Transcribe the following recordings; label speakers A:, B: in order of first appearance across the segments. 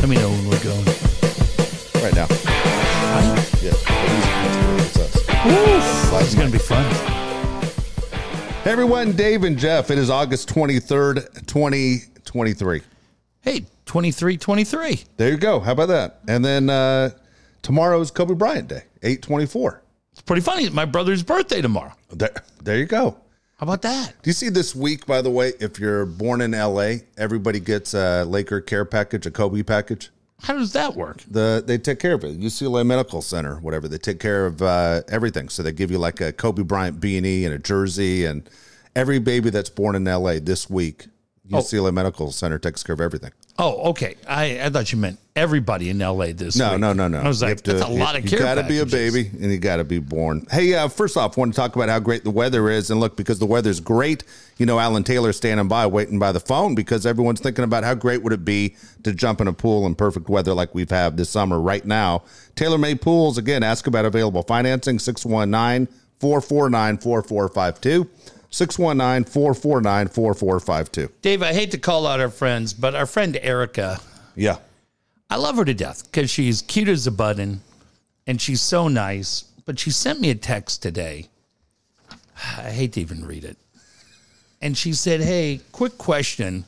A: Let me know when we're going.
B: right now. Yeah, but he's it's us. Live
A: It's going to be fun.
B: mic. Hey everyone, Dave and Jeff. It is August twenty third, twenty twenty three.
A: Hey, 2323.
B: There you go. How about that? And then uh, tomorrow's Kobe Bryant Day, eight twenty four.
A: It's pretty funny. It's my brother's birthday tomorrow.
B: There, there you go.
A: How about that?
B: Do you see this week, by the way? If you're born in LA, everybody gets a Laker care package, a Kobe package.
A: How does that work?
B: the they take care of it. UCLA Medical Center, whatever they take care of uh, everything. So they give you like a Kobe Bryant beanie and a jersey, and every baby that's born in LA this week, UCLA Medical Center takes care of everything.
A: Oh, okay. I, I thought you meant everybody in LA this
B: No,
A: week.
B: no, no, no.
A: I was
B: You
A: like,
B: have to-
A: that's a lot of
B: You
A: care
B: gotta be a
A: packages.
B: baby, and you gotta be born. Hey, uh, first off, want to talk about how great the weather is, and look, because the weather's great, you know, Alan Taylor's standing by, waiting by the phone, because everyone's thinking about how great would it be to jump in a pool in perfect weather like we've had this summer. Right now, Taylor May Pools again. Ask about available financing 619-449-4452. 619-449-4452.
A: Dave, I hate to call out our friends, but our friend Erica,
B: Yeah.
A: I love her to death because she's cute as a button and she's so nice. But she sent me a text today. I hate to even read it. And she said, Hey, quick question.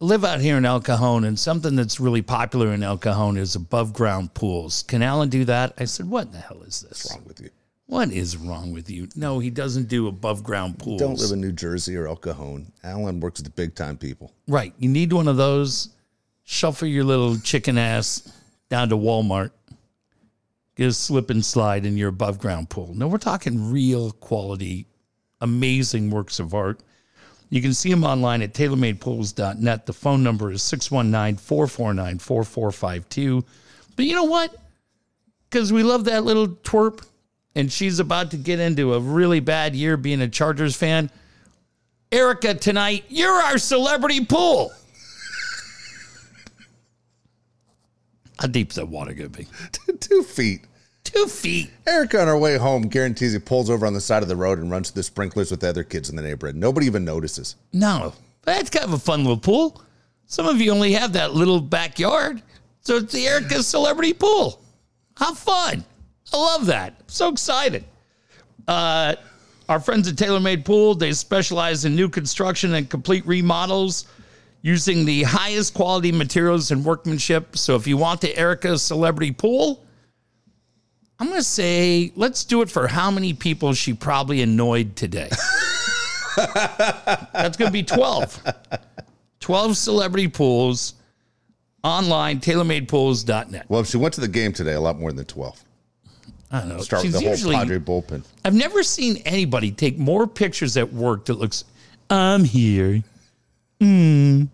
A: Live out here in El Cajon, and something that's really popular in El Cajon is above ground pools. Can Alan do that? I said, What in the hell is this?
B: I'm with you.
A: What is wrong with you? No, he doesn't do above ground pools.
B: Don't live in New Jersey or El Cajon. Alan works the big time people.
A: Right. You need one of those. Shuffle your little chicken ass down to Walmart. Get a slip and slide in your above ground pool. No, we're talking real quality, amazing works of art. You can see them online at tailormadepools.net. The phone number is 619 449 4452. But you know what? Because we love that little twerp, and she's about to get into a really bad year being a Chargers fan. Erica tonight. You're our celebrity pool. How deep's that water gonna be?
B: two feet.
A: Two feet.
B: Erica on her way home guarantees he pulls over on the side of the road and runs to the sprinklers with the other kids in the neighborhood. Nobody even notices.
A: No, that's kind of a fun little pool. Some of you only have that little backyard, so it's the Erica's celebrity pool. How fun! I love that. I'm so excited. Uh, our friends at TaylorMade Pool they specialize in new construction and complete remodels using the highest quality materials and workmanship. So if you want the Erica's celebrity pool, I'm gonna say let's do it for how many people she probably annoyed today. That's going to be 12. 12 celebrity pools online, tailormadepools.net.
B: Well, if she went to the game today, a lot more than 12.
A: I don't know.
B: Start
A: She's
B: with the whole
A: usually,
B: Padre bullpen.
A: I've never seen anybody take more pictures at work that looks, I'm here. Mm.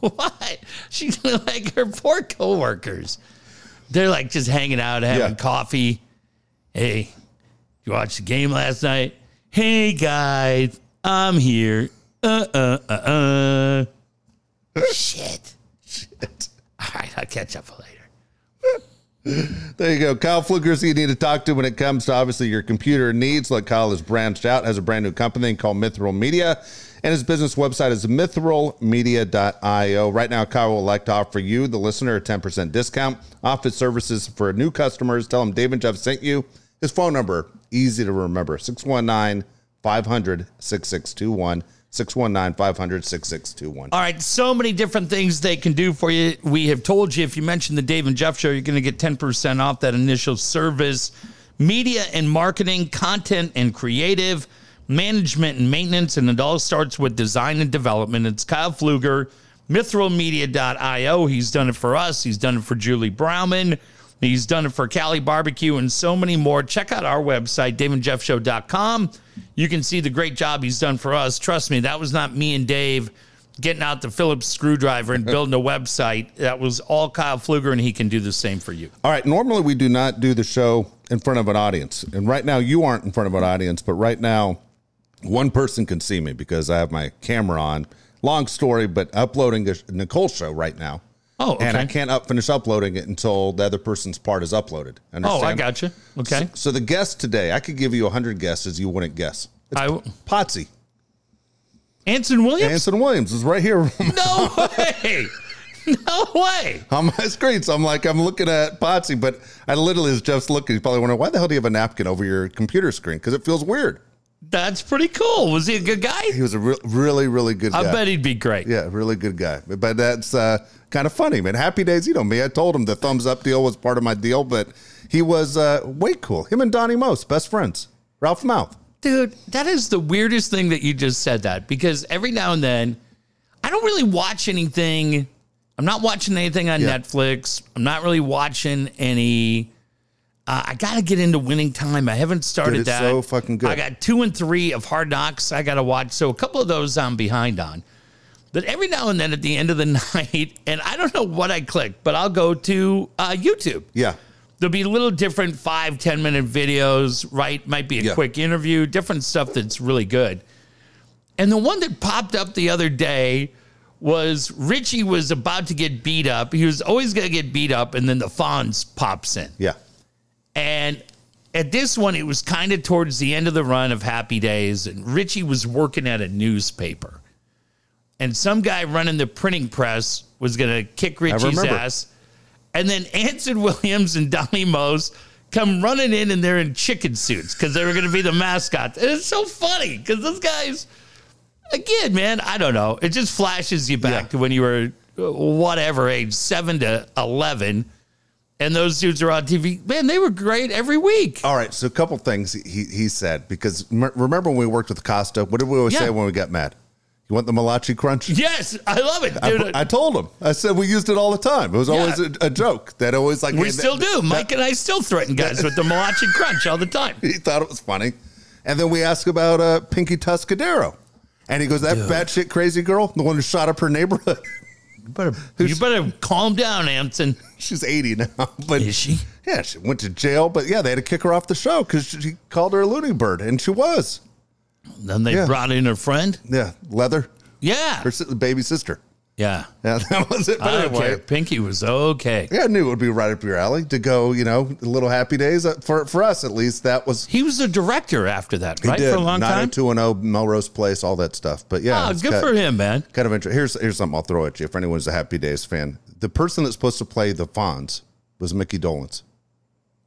A: Why? She's like her poor coworkers. They're like just hanging out, having
B: Yeah.
A: coffee. Hey, you watched the game last night? Hey, guys, I'm here. Uh, uh, uh, uh. Shit.
B: Shit.
A: All right, I'll catch up later.
B: There you go. Kyle Fluker's who you need to talk to when it comes to obviously your computer needs. Like Kyle has branched out, has a brand new company called Mithril Media, and his business website is mithrilmedia.io. Right now, Kyle would like to offer you, the listener, a 10% discount off his services for new customers. Tell him Dave and Jeff sent you. His phone number, easy to remember 619 500 6621. 619 500 6621.
A: All right, so many different things they can do for you. We have told you if you mention the Dave and Jeff show, you're going to get 10% off that initial service. Media and marketing, content and creative, management and maintenance, and it all starts with design and development. It's Kyle Pfluger, mithrilmedia.io. He's done it for us, he's done it for Julie Browman. He's done it for Cali Barbecue and so many more. Check out our website, daveandjeffshow.com. You can see the great job he's done for us. Trust me, that was not me and Dave getting out the Phillips screwdriver and building a website. That was all Kyle Pfluger, and he can do the same for you.
B: All right. Normally, we do not do the show in front of an audience. And right now, you aren't in front of an audience, but right now, one person can see me because I have my camera on. Long story, but uploading a Nicole show right now.
A: Oh, okay.
B: And I can't up, finish uploading it until the other person's part is uploaded.
A: Oh,
B: Understand?
A: I got you. Okay.
B: So the guest today, I could give you 100 guesses you wouldn't guess. It's
A: I w-
B: Potsy.
A: Anson Williams?
B: Anson Williams is right here.
A: No way. No way.
B: on my screen. So I'm like, I'm looking at Potsy, but I literally is just looking. He's probably wondering why the hell do you have a napkin over your computer screen? Because it feels weird.
A: That's pretty cool. Was he a good guy?
B: He was a re- really, really good guy.
A: I bet he'd be great.
B: Yeah, really good guy. But, but that's uh, kind of funny, man. Happy days, you know me. I told him the thumbs up deal was part of my deal, but he was uh, way cool. Him and Donnie Most, best friends. Ralph Mouth.
A: Dude, that is the weirdest thing that you just said that because every now and then I don't really watch anything. I'm not watching anything on
B: Yeah.
A: Netflix. I'm not really watching any. Uh, I got to get into winning time. I haven't started
B: Dude, it's
A: that.
B: so fucking good.
A: I got two and three of Hard Knocks I got to watch. So a couple of those I'm behind on. But every now and then at the end of the night, and I don't know what I click, but I'll go to uh, YouTube
B: Yeah.
A: there'll be little different five ten minute videos, right? Might be a
B: Yeah.
A: quick interview, different stuff that's really good. And the one that popped up the other day was Richie was about to get beat up. He was always going to get beat up, and then the Fonz pops in.
B: Yeah.
A: And at this one, it was kind of towards the end of the run of Happy Days, and Richie was working at a newspaper. And some guy running the printing press was going to kick Richie's
B: remember.
A: ass. And then Anson Williams and Donnie Mose come running in, and they're in chicken suits because they were going to be the mascots. And it's so funny because those guys, again, man, I don't know. It just flashes you back
B: Yeah.
A: to when you were uh, whatever age, seven to 11 and those dudes are on TV. Man, they were great every week.
B: All right. So a couple things he, he said, because m- remember when we worked with Costa, what did we always
A: Yeah.
B: say when we got mad? You want the Malachi Crunch?
A: Yes, I love it,
B: I,
A: dude.
B: I told him. I said we used it all the time. It was always
A: Yeah.
B: a, a joke that always like
A: we
B: and
A: still
B: that-
A: do. Mike and I still threaten guys with the Malachi Crunch all the time.
B: He thought it was funny, and then we asked about uh, Pinky Tuscadero, and he goes, "That batshit crazy girl, the one who shot up her neighborhood.
A: You better calm down, Hampton.
B: She's eighty now, but
A: Is she?
B: Yeah, she went to jail, but yeah, they had to kick her off the show because she, she called her a loony bird, and she was.
A: Then they
B: Yeah.
A: brought in her friend.
B: Yeah, leather,
A: Yeah,
B: her si- baby sister.
A: yeah.
B: Yeah, that was it. But
A: I don't
B: anyway,
A: care. Pinky was okay.
B: yeah, I knew it would be right up your alley to go. You know, little happy days Uh, for for us at least. That was
A: He was the director after that, right? For a long time.
B: 90210 Melrose Place, all that stuff. But yeah,
A: Oh,
B: it's
A: good
B: got-
A: for him, man.
B: Kind of interesting. Here's here's something I'll throw at you. If anyone's a Happy Days fan, the person that's supposed to play the Fonz was Mickey Dolenz.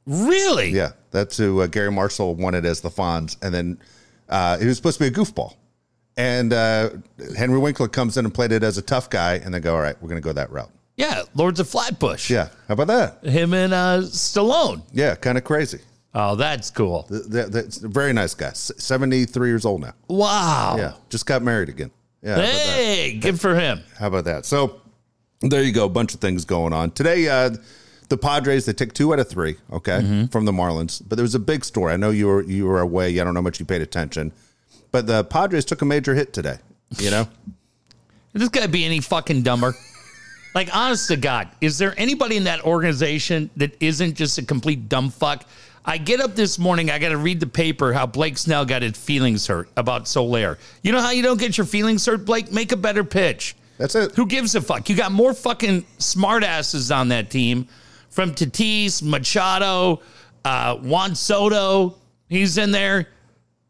A: Really?
B: Yeah, that's who uh, Gary Marshall wanted as the Fonz, and then uh, he was supposed to be a goofball. And uh, Henry Winkler comes in and played it as a tough guy, and they go, "All right, we're going to go that route."
A: Yeah, Lords of Flatbush.
B: Yeah, how about that?
A: Him and uh, Stallone.
B: Yeah, kind of crazy.
A: Oh, that's cool.
B: Th- th- That's a very nice guy. Seventy three years old now.
A: Wow.
B: Yeah, just got married again. Yeah, how about that?
A: Hey, good for him.
B: How about that? So there you go. A bunch of things going on today. Uh, the Padres they took two out of three, okay,
A: Mm-hmm.
B: from the Marlins. But there was a big story. I know you were you were away. I don't know how much you paid attention, but the Padres took a major hit today. You know,
A: This gotta be any fucking dumber. like, honest to God, is there anybody in that organization that isn't just a complete dumb fuck? I get up this morning, I gotta read the paper how Blake Snell got his feelings hurt about Solaire. You know how you don't get your feelings hurt, Blake? Make a better pitch.
B: that's it.
A: Who gives a fuck? You got more fucking smartasses on that team from Tatis, Machado, uh, Juan Soto. He's in there.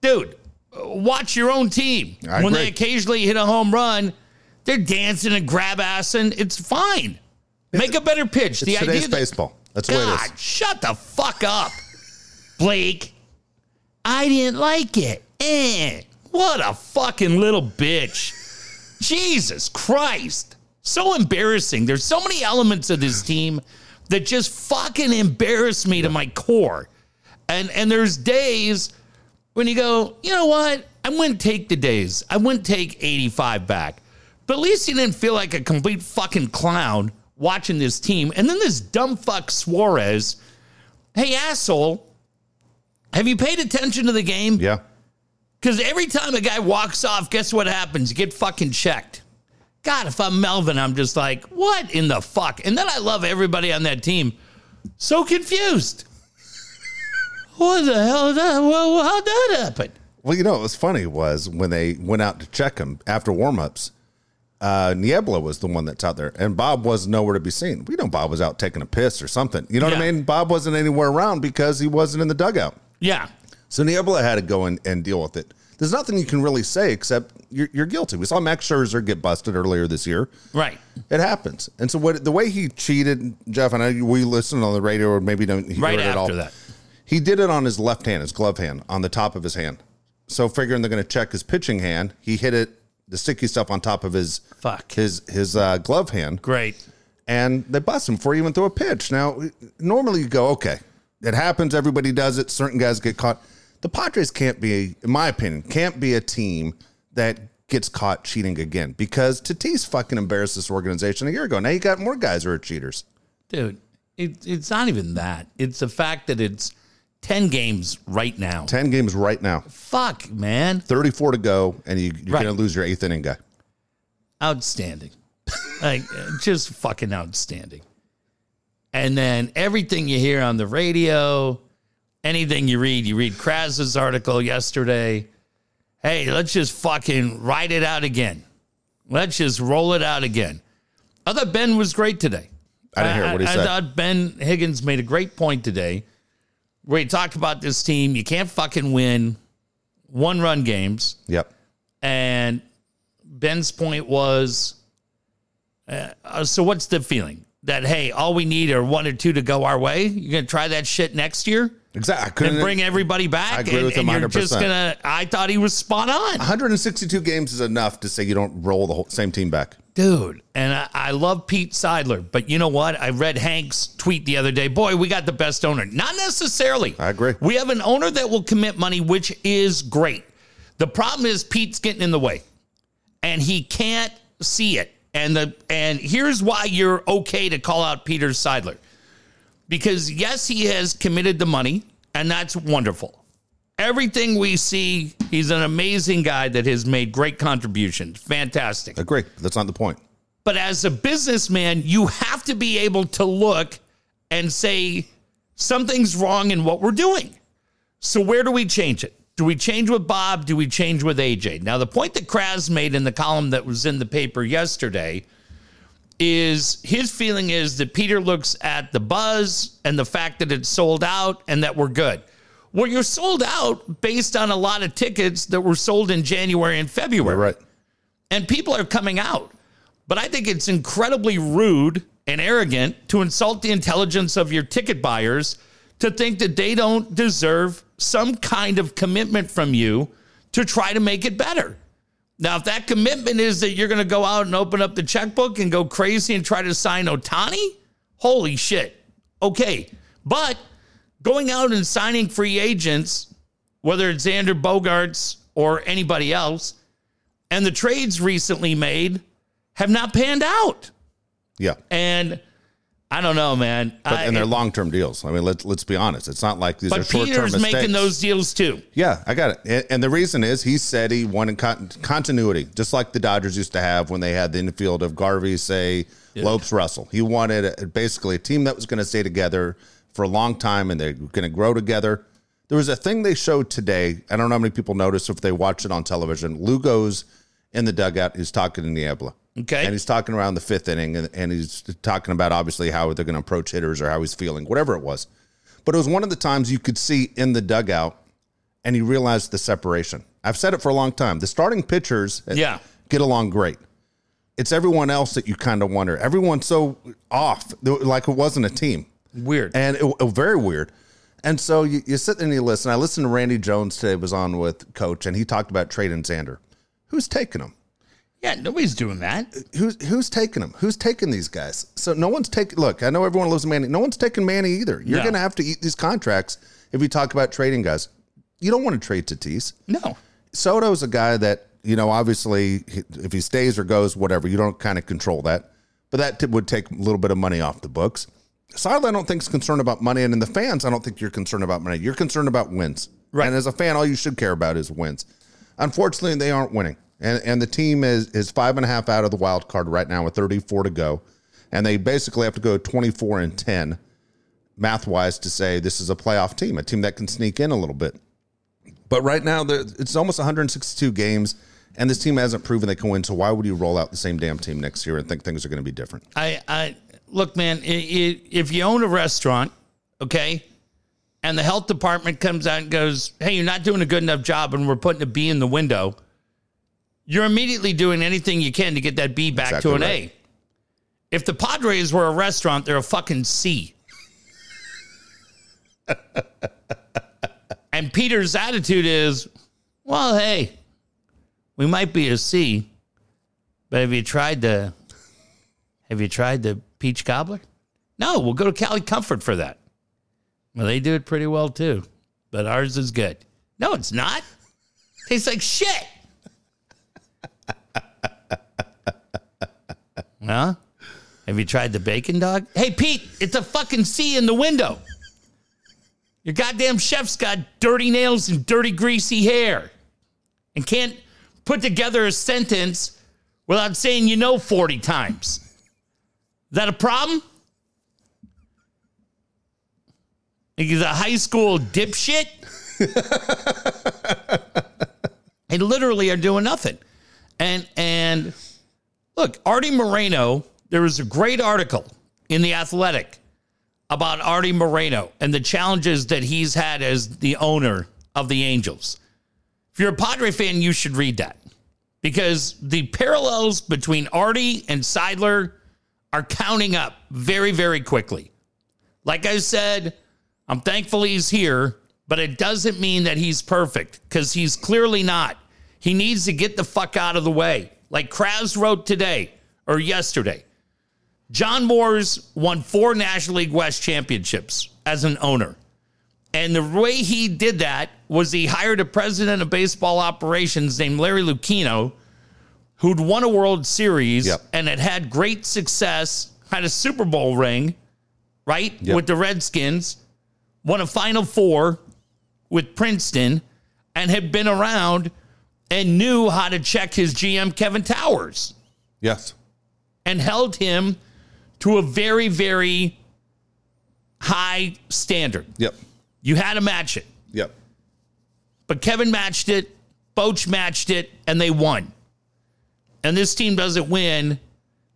A: Dude, watch your own team.
B: I
A: when they
B: agree.
A: occasionally hit a home run, they're dancing and grab assing. It's fine. Make a better pitch. The idea
B: Today's
A: that
B: baseball. That's the way it
A: God, shut the fuck up, Blake. I didn't like it. Eh. What a fucking little bitch. Jesus Christ. So embarrassing. There's so many elements of this team that just fucking embarrass me to my core. And and there's days when you go, you know what? I wouldn't take the days. I wouldn't take 85 back. But at least you didn't feel like a complete fucking clown watching this team. And then this dumb fuck Suarez, hey asshole, have you paid attention to the game?
B: is. Yeah,
A: Because every time a guy walks off, guess what happens? You get fucking checked. God, if I'm Melvin, I'm just like, what in the fuck? And then I love everybody on that team. So confused. what the hell? That, well, how'd that happen?
B: Well, you know, what was funny was when they went out to check him after warm-ups, uh, Niebla was the one that's out there, and Bob was nowhere to be seen. We know Bob was out taking a piss or something. You know what
A: Yeah.
B: I mean? Bob wasn't anywhere around because he wasn't in the dugout.
A: Yeah.
B: So Niebla had to go in and deal with it. there's nothing you can really say except you're, you're guilty. We saw Max Scherzer get busted earlier this year.
A: Right.
B: It happens. And so what the way he cheated, Jeff, I know we listened on the radio or maybe don't he
A: Right
B: heard it all.
A: after that.
B: He did it on his left hand, his glove hand, on the top of his hand. So figuring they're going to check his pitching hand, he hit it the sticky stuff on top of his
A: Fuck.
B: his his uh, glove hand,
A: Great.
B: and they bust him before he even threw a pitch. Now, normally you go, okay, it happens. Everybody does it. Certain guys get caught. The Padres can't be, in my opinion, can't be a team that gets caught cheating again because Tatis fucking embarrassed this organization a year ago. Now you got more guys who are cheaters.
A: Dude, it, it's not even that. It's the fact that it's 10 games right now.
B: Ten games right now,
A: Fuck, man.
B: thirty-four to go, and you, you're
A: Right.
B: going to lose your eighth inning guy.
A: outstanding. like just fucking outstanding. And then everything you hear on the radio, anything you read, you read Kraz's article yesterday. Hey, let's just fucking write it out again. Let's just roll it out again. I thought Ben was great today.
B: I didn't hear what he
A: I, I
B: said.
A: thought Ben Higgins made a great point today where he talked about this team. You can't fucking win one run games.
B: Yep.
A: And Ben's point was uh, uh, so what's the feeling? That, hey, all we need are one or two to go our way? You're going to try that shit next year?
B: Exactly. I
A: And
B: couldn't-
A: bring everybody back?
B: I agree
A: and,
B: with him
A: and you're just
B: 100%.
A: going to, I thought he was spot on.
B: 162 games is enough to say you don't roll the whole, same team back.
A: Dude, and I, I love Pete Seidler, but you know what? I read Hank's tweet the other day. Boy, we got the best owner. Not necessarily.
B: I agree.
A: We have an owner that will commit money, which is great. The problem is Pete's getting in the way, and he can't see it. And the and here's why you're okay to call out Peter Seidler, because yes, he has committed the money, and that's wonderful. Everything we see, he's an amazing guy that has made great contributions. Fantastic.
B: Agree. That's not the point.
A: But as a businessman, you have to be able to look and say something's wrong in what we're doing. So where do we change it? Do we change with Bob? Do we change with AJ? Now the point that Kraz made in the column that was in the paper yesterday is his feeling is that Peter looks at the buzz and the fact that it's sold out and that we're good. Well, you're sold out based on a lot of tickets that were sold in January and February
B: You're right.
A: and people are coming out. But I think it's incredibly rude and arrogant to insult the intelligence of your ticket buyers to think that they don't deserve some kind of commitment from you to try to make it better. Now, if that commitment is that you're going to go out and open up the checkbook and go crazy and try to sign Otani, holy shit. Okay. But going out and signing free agents, whether it's Xander Bogarts or anybody else, and the trades recently made have not panned out.
B: Yeah.
A: And I don't know, man.
B: But,
A: I-
B: and they're long term deals. I mean, let's let's be honest. It's not like these are
A: but
B: short term
A: Peter's
B: mistakes.
A: making those deals too.
B: Yeah, I got it. And, and the reason is he said he wanted con- continuity, just like the Dodgers used to have when they had the infield of Garvey, say Lopes, Russell. He wanted a, basically a team that was going to stay together for a long time and they're going to grow together. There was a thing they showed today. I don't know how many people noticed if they watched it on television. Lugo's in the dugout. He's talking to Niebla.
A: Okay.
B: And he's talking around the fifth inning and, and he's talking about obviously how they're going to approach hitters or how he's feeling, whatever it was. But it was one of the times you could see in the dugout and you realize the separation. I've said it for a long time. The starting pitchers
A: Yeah.
B: get along great. It's everyone else that you kind of wonder. Everyone's so off, like it wasn't a team.
A: Weird.
B: And it, it- very weird. And so you, you sit there and you listen. I listened to Randy Jones today, was on with Coach, and he talked about trading Xander. Who's taking him?
A: yeah, nobody's doing that.
B: who's who's taking them? Who's taking these guys? So no one's taking. Look, I know everyone loves Manny. No one's taking Manny either. You're
A: No.
B: going to have to eat these contracts if you talk about trading guys. You don't want to trade Tatis.
A: No.
B: Soto's a guy that you know. Obviously, he- if he stays or goes, whatever, you don't kind of control that. But that t- would take a little bit of money off the books. Seidler, I don't think is concerned about money, and in the fans, I don't think you're concerned about money. You're concerned about wins,
A: Right.
B: And as a fan, all you should care about is wins. Unfortunately, they aren't winning, and and the team is is five and a half out of the wild card right now with 34 to go, and they basically have to go 24 and 10 math wise to say this is a playoff team, a team that can sneak in a little bit. But right now, there- it's almost 162 games, and this team hasn't proven they can win. So why would you roll out the same damn team next year and think things are going to be different?
A: I, I look, man. i i if you own a restaurant, okay, and the health department comes out and goes, Hey, you're not doing a good enough job, and we're putting a B in the window, you're immediately doing anything you can to get that B back
B: Exactly
A: to an
B: right.
A: A. If the Padres were a restaurant, they're a fucking C. and Peter's attitude is, Well, hey, we might be a C, but have you tried the have you tried the peach cobbler? No, we'll go to Cali Comfort for that. Well, they do it pretty well too, but ours is good. No, it's not. Tastes like shit. huh? Have you tried the bacon dog? Hey, Pete, it's a fucking C in the window. Your goddamn chef's got dirty nails and dirty, greasy hair and can't put together a sentence without saying you know 40 times. Is that a problem? He's a high school dipshit. and literally are doing nothing. And and look, Artie Moreno, there was a great article in The Athletic about Artie Moreno and the challenges that he's had as the owner of the Angels. If you're a Padre fan, you should read that because the parallels between Artie and Seidler are counting up very, very quickly. Like I said, I'm thankful he's here, but it doesn't mean that he's perfect because he's clearly not. He needs to get the fuck out of the way. Like Kravs wrote today or yesterday, John Moore's won four National League West championships as an owner. And the way he did that was he hired a president of baseball operations named Larry Lucchino, who'd won a World Series
B: Yep.
A: and had had great success, had a Super Bowl ring, right, with the Redskins, won a Final Four with Princeton, and had been around and knew how to check his GM, Kevin Towers
B: Yes.
A: and held him to a very, very high standard.
B: Yep.
A: You had to match it,
B: Yep.
A: but Kevin matched it, Boch matched it, and they won. And this team doesn't win,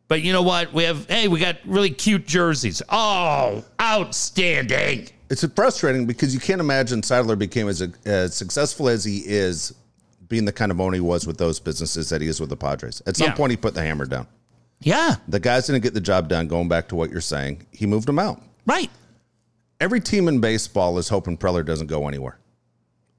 A: but you know what? We have, hey, we got really cute jerseys. Oh, outstanding.
B: It's frustrating because you can't imagine Seidler became as, as successful as he is being the kind of owner he was with those businesses that he is with the Padres. At some
A: Yeah.
B: point, he put the hammer down.
A: Yeah,
B: The guys didn't get the job done, going back to what you're saying. He moved them out.
A: right.
B: Every team in baseball is hoping Preller doesn't go anywhere.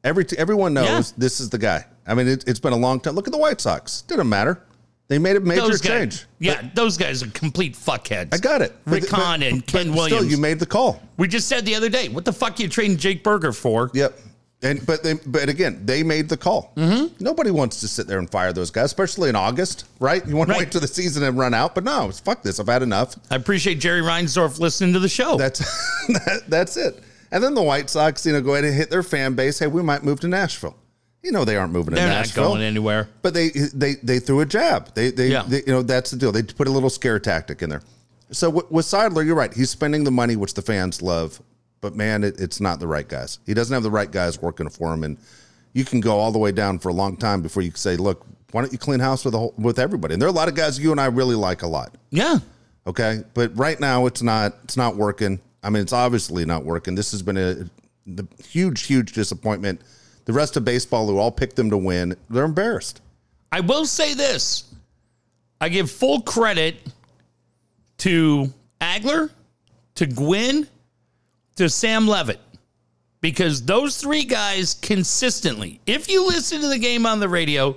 B: Every t- everyone knows
A: Yeah.
B: this is the guy. I mean, it, it's been a long time. Look at the White Sox. Didn't matter. They made a major
A: Those
B: change.
A: guys, yeah, those guys are complete fuckheads.
B: I got it.
A: Rick Hahn and Ken
B: Still,
A: Williams.
B: you made the call.
A: we just said the other day, what the fuck are you trading Jake Berger for?
B: Yep. And but they, but again, they made the call. Mm-hmm. Nobody wants to sit there and fire those guys, especially in August, right? You want to
A: Right.
B: wait till the season and run out. But no, it's, fuck this. I've had enough.
A: I appreciate Jerry Reinsdorf listening to the show.
B: That's that, that's it. And then the White Sox, you know, go ahead and hit their fan base. Hey, we might move to Nashville. You know, they aren't moving
A: They're
B: to
A: not
B: Nashville.
A: going anywhere.
B: But they they they threw a jab. They they,
A: Yeah.
B: they you know that's the deal. They put a little scare tactic in there. So with, with Seidler, you're right. He's spending the money, which the fans love. But man, it, it's not the right guys. He doesn't have the right guys working for him, and you can go all the way down for a long time before you can say, look, why don't you clean house with the whole, with everybody? And there are a lot of guys you and I really like a lot.
A: Yeah.
B: Okay, but right now it's not it's not working. I mean, it's obviously not working. This has been a the huge huge disappointment. The rest of baseball, who all picked them to win, they're embarrassed.
A: I will say this. I give full credit to Agler, to Gwynn, to Sam Levitt, because those three guys consistently, if you listen to the game on the radio,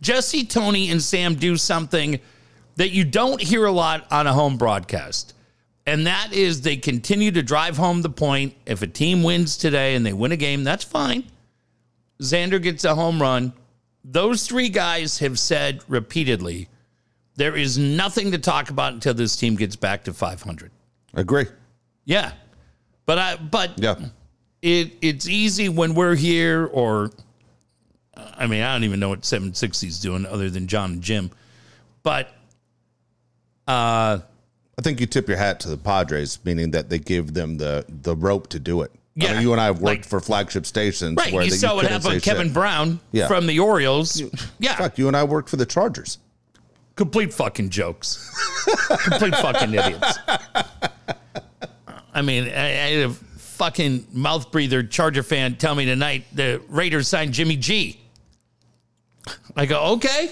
A: Jesse, Tony, and Sam do something that you don't hear a lot on a home broadcast. And that is they continue to drive home the point. If a team wins today and they win a game, that's fine. Xander gets a home run. Those three guys have said repeatedly there is nothing to talk about until this team gets back to 500.
B: Agree.
A: Yeah. But I but
B: Yeah.
A: it it's easy when we're here or I mean, I don't even know what 760 is doing other than John and Jim. But uh
B: I think you tip your hat to the Padres, meaning that they give them the the rope to do it. I
A: Yeah.
B: mean, you and I have worked
A: Like-
B: for flagship stations
A: right,
B: where
A: you
B: that
A: saw what
B: couldn't
A: happened with
B: say
A: Kevin
B: shit.
A: Brown
B: Yeah.
A: from the Orioles. Yeah.
B: Fuck, you and I worked for the Chargers.
A: complete fucking jokes, complete fucking idiots. I mean, I, I had a fucking mouth breather Charger fan tell me tonight the Raiders signed Jimmy G. I go, okay.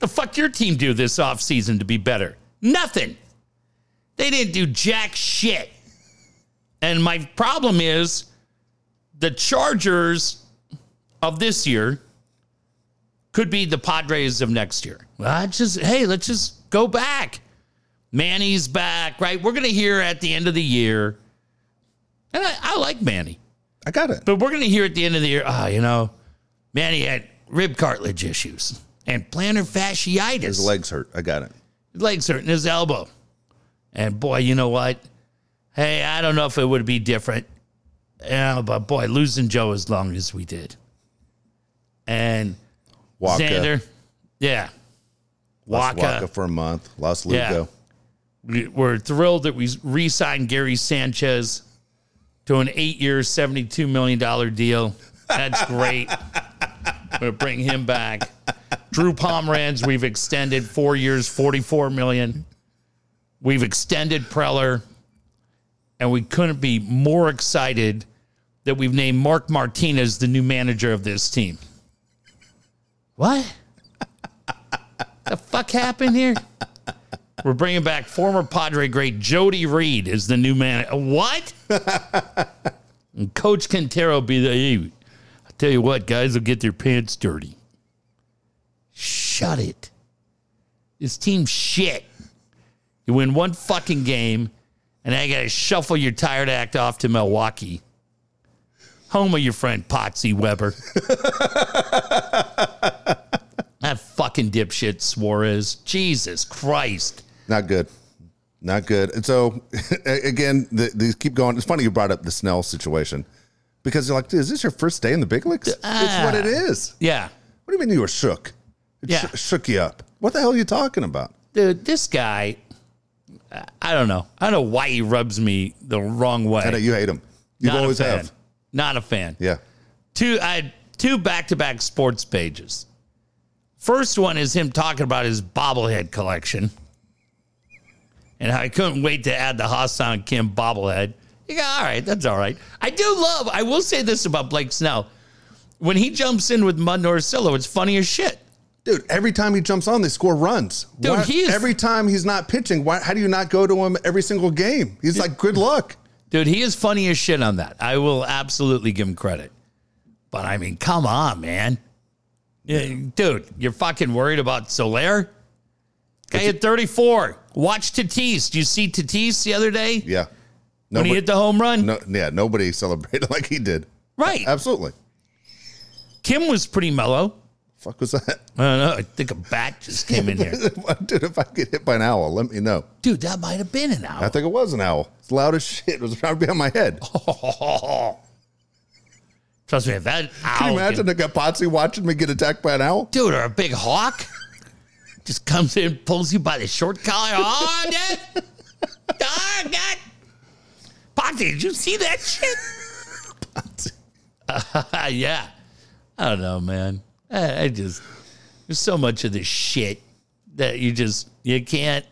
A: The fuck your team do this offseason to be better? Nothing. They didn't do jack shit. And my problem is the Chargers of this year could be the Padres of next year. Well, I just hey, let's just go back. Manny's back, right? We're gonna hear at the end of the year, and I, I like Manny,
B: I got it.
A: but we're gonna hear at the end of the year, ah, you know, Manny had rib cartilage issues and plantar fasciitis,
B: His legs hurt. I got it.
A: legs hurt, and his elbow. And boy, you know what? Hey, I don't know if it would be different. Yeah, but boy, losing Joe as long as we did, and
B: Waka.
A: Xander. Yeah.
B: Lost
A: Waka.
B: Waka for a month. Lost Lugo.
A: Yeah. We- We're thrilled that we re signed Gary Sanchez to an eight year, $72 million deal. That's great. We'll bring him back. Drew Pomeranz, we've extended four years, $44 million. We've extended Preller. And we couldn't be more excited that we've named Mark Martinez the new manager of this team. What? the fuck happened here? We're bringing back former Padre great Jody Reed as the new man. What? and Coach Quintero be the. Hey, I tell you what, guys will get their pants dirty. Shut it. This team's shit. You win one fucking game, and I got to shuffle your tired act off to Milwaukee, home of your friend Potsy Weber. that fucking dipshit Suarez. Jesus Christ.
B: Not good. Not good. And so, again, the, these keep going. It's funny you brought up the Snell situation because you're like, dude, is this your first day in the big leagues? it's what it is.
A: Yeah.
B: What do you mean you were shook? It
A: Ah. Yeah.
B: sh- shook you up. What the hell are you talking about?
A: dude, this guy, I- I don't know. I don't know why he rubs me the wrong way.
B: I know you hate him. You
A: Not a
B: always
A: fan.
B: have.
A: Not a fan.
B: Yeah.
A: Two, I had two back-to-back sports pages. First one is him talking about his bobblehead collection and how I couldn't wait to add the Hassan Kim bobblehead. You go, all right, that's all right. I do love. I will say this about Blake Snell: when he jumps in with Mud Norcillo, it's funny as shit.
B: Dude, every time he jumps on, they score runs.
A: Dude,
B: Why-
A: he is-
B: every time he's not pitching. Why? How do you not go to him every single game? He's like, good luck.
A: Dude, he is funny as shit on that. I will absolutely give him credit. But I mean, come on, man. Yeah, Dude, you're fucking worried about Solaire? Guy at 34. Watch Tatis. Do you see Tatis the other day
B: Yeah.
A: when
B: Nobody,
A: he hit the home run?
B: no, yeah. Nobody celebrated like he did.
A: Right.
B: Absolutely.
A: Kim was pretty mellow.
B: Fuck was that?
A: I don't know. I think a bat just came in here.
B: Dude, if I get hit by an owl, let me know.
A: Dude, that might have been an hour.
B: I think it was an owl. It's loud as shit. It was right behind my head.
A: Trust me, if that owl.
B: Can you imagine a Kapatsy watching me get attacked by an owl?
A: dude, or a big hawk just comes in, pulls you by the short collar. Oh, dude. Oh, God. Potsy, did you see that shit? Uh, yeah. I don't know, man. I, I just, there's so much of this shit that you just, you can't,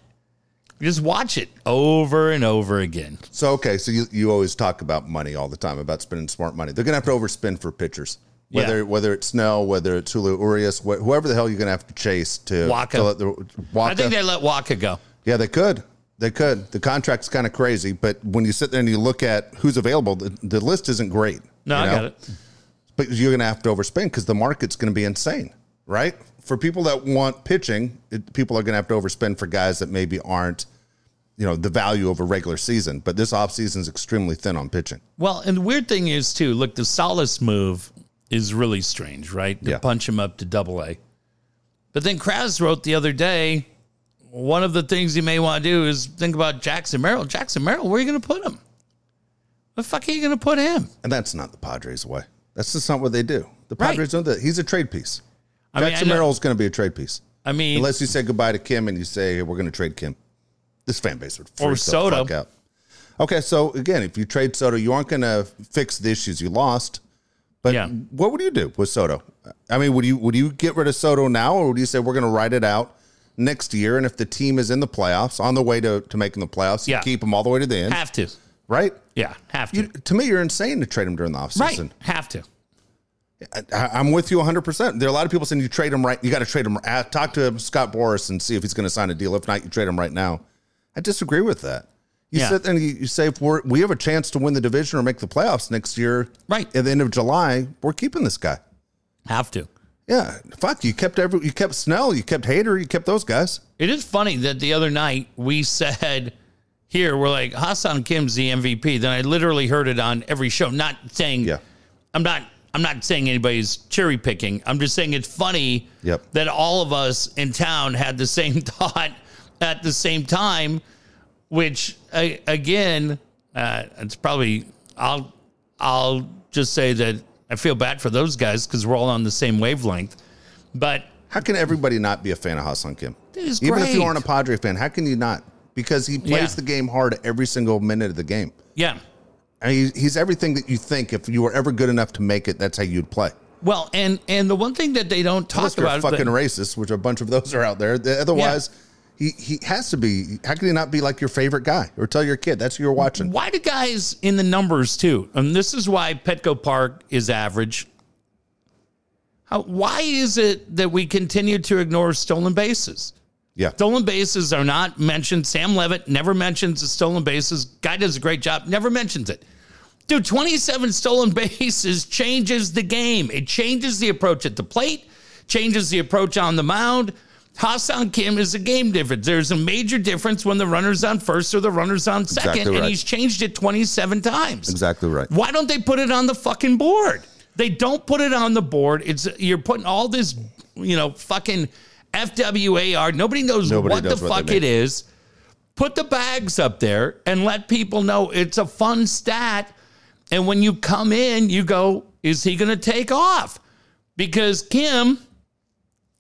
A: you just watch it over and over again.
B: So, okay, so you, you always talk about money all the time, about spending smart money. They're going to have to overspend for pitchers. Whether
A: Yeah.
B: whether it's Snell, whether it's Hulu Urias, wh- whoever the hell you're going to have to chase to
A: Waka.
B: fill out the, Waka.
A: I think they let Waka go.
B: yeah, they could. They could. The contract's kind of crazy, but when you sit there and you look at who's available, the, the list isn't great.
A: No,
B: you
A: I
B: know?
A: got it.
B: but you're going to have to overspend because the market's going to be insane, right? For people that want pitching, it, people are going to have to overspend for guys that maybe aren't, you know, the value of a regular season. But this offseason is extremely thin on pitching.
A: Well, and the weird thing is too, look, the Solace move is really strange, right? To
B: Yeah.
A: punch him up to double A. But then Kraz wrote the other day, one of the things you may want to do is think about Jackson Merrill. Jackson Merrill, where are you gonna put him? Where the fuck are you gonna put him?
B: And that's not the Padres' way. That's just not what they do. The
A: Right.
B: Padres don't do that. He's a trade piece.
A: I mean, I
B: Jackson
A: know-
B: Merrill's going to be a trade piece.
A: I mean
B: Unless you say goodbye to Kim and you say, we're going to trade Kim. This fan base would freak
A: Or
B: the
A: Soto.
B: fuck out. Okay, so again, if you trade Soto, you aren't going to fix the issues you lost. But
A: Yeah.
B: what would you do with Soto? I mean, would you would you get rid of Soto now, or would you say we're going to ride it out next year? And if the team is in the playoffs, on the way to, to making the playoffs, you
A: Yeah.
B: keep them all the way to the end.
A: have to.
B: right?
A: Yeah, have to.
B: You, to me, you're insane to trade him during the
A: right,
B: offseason.
A: have to.
B: I, I'm with you 100%. There are a lot of people saying you trade him right. You got to trade him. uh, Talk to him, Scott Boris and see if he's going to sign a deal. If not, you trade him right now. I disagree with that. You
A: Yeah.
B: sit there and you, you say, if we're, we have a chance to win the division or make the playoffs next year
A: Right.
B: at the end of July, we're keeping this guy.
A: Have to.
B: Yeah. Fuck, you kept every, you kept Snell, you kept Hader, you kept those guys.
A: It is funny that the other night we said here, we're like, Hassan Kim's the MVP. Then I literally heard it on every show. Not saying
B: Yeah.
A: I'm not I'm not saying anybody's cherry picking. I'm just saying it's funny
B: Yep.
A: that all of us in town had the same thought at the same time, which I, again, uh, it's probably I'll I'll just say that I feel bad for those guys because we're all on the same wavelength. But
B: How can everybody not be a fan of Hassan Kim?
A: Dude, he's
B: Even if you
A: great.
B: aren't a Padre fan, how can you not? Because he plays
A: Yeah.
B: the game hard every single minute of the game.
A: yeah,
B: I mean, he's- he's everything that you think. If you were ever good enough to make it, that's how you'd play.
A: Well, and and the one thing that they don't talk
B: Unless you're
A: about
B: a
A: is
B: fucking
A: that-
B: racist, which a bunch of those are out there. The- Otherwise, he, he has to be. How can he not be like your favorite guy or tell your kid that's who you're watching?
A: why do guys in the numbers too? And this is why Petco Park is average. How, why is it that we continue to ignore stolen bases?
B: Yeah,
A: Stolen bases are not mentioned. Sam Levitt never mentions the stolen bases. Guy does a great job, never mentions it. Dude, 27 stolen bases changes the game. It changes the approach at the plate, changes the approach on the mound. Hassan Kim is a game difference. There's a major difference when the runner's on first or the runner's on second,
B: Exactly
A: and
B: right.
A: he's changed it 27 times.
B: exactly right.
A: Why don't they put it on the fucking board? They don't put it on the board. It's you're putting all this, you know, fucking FWAR. Nobody knows
B: Nobody
A: what
B: knows
A: the
B: what they
A: fuck it is. Put the bags up there and let people know it's a fun stat. And when you come in, you go, is he going to take off? Because Kim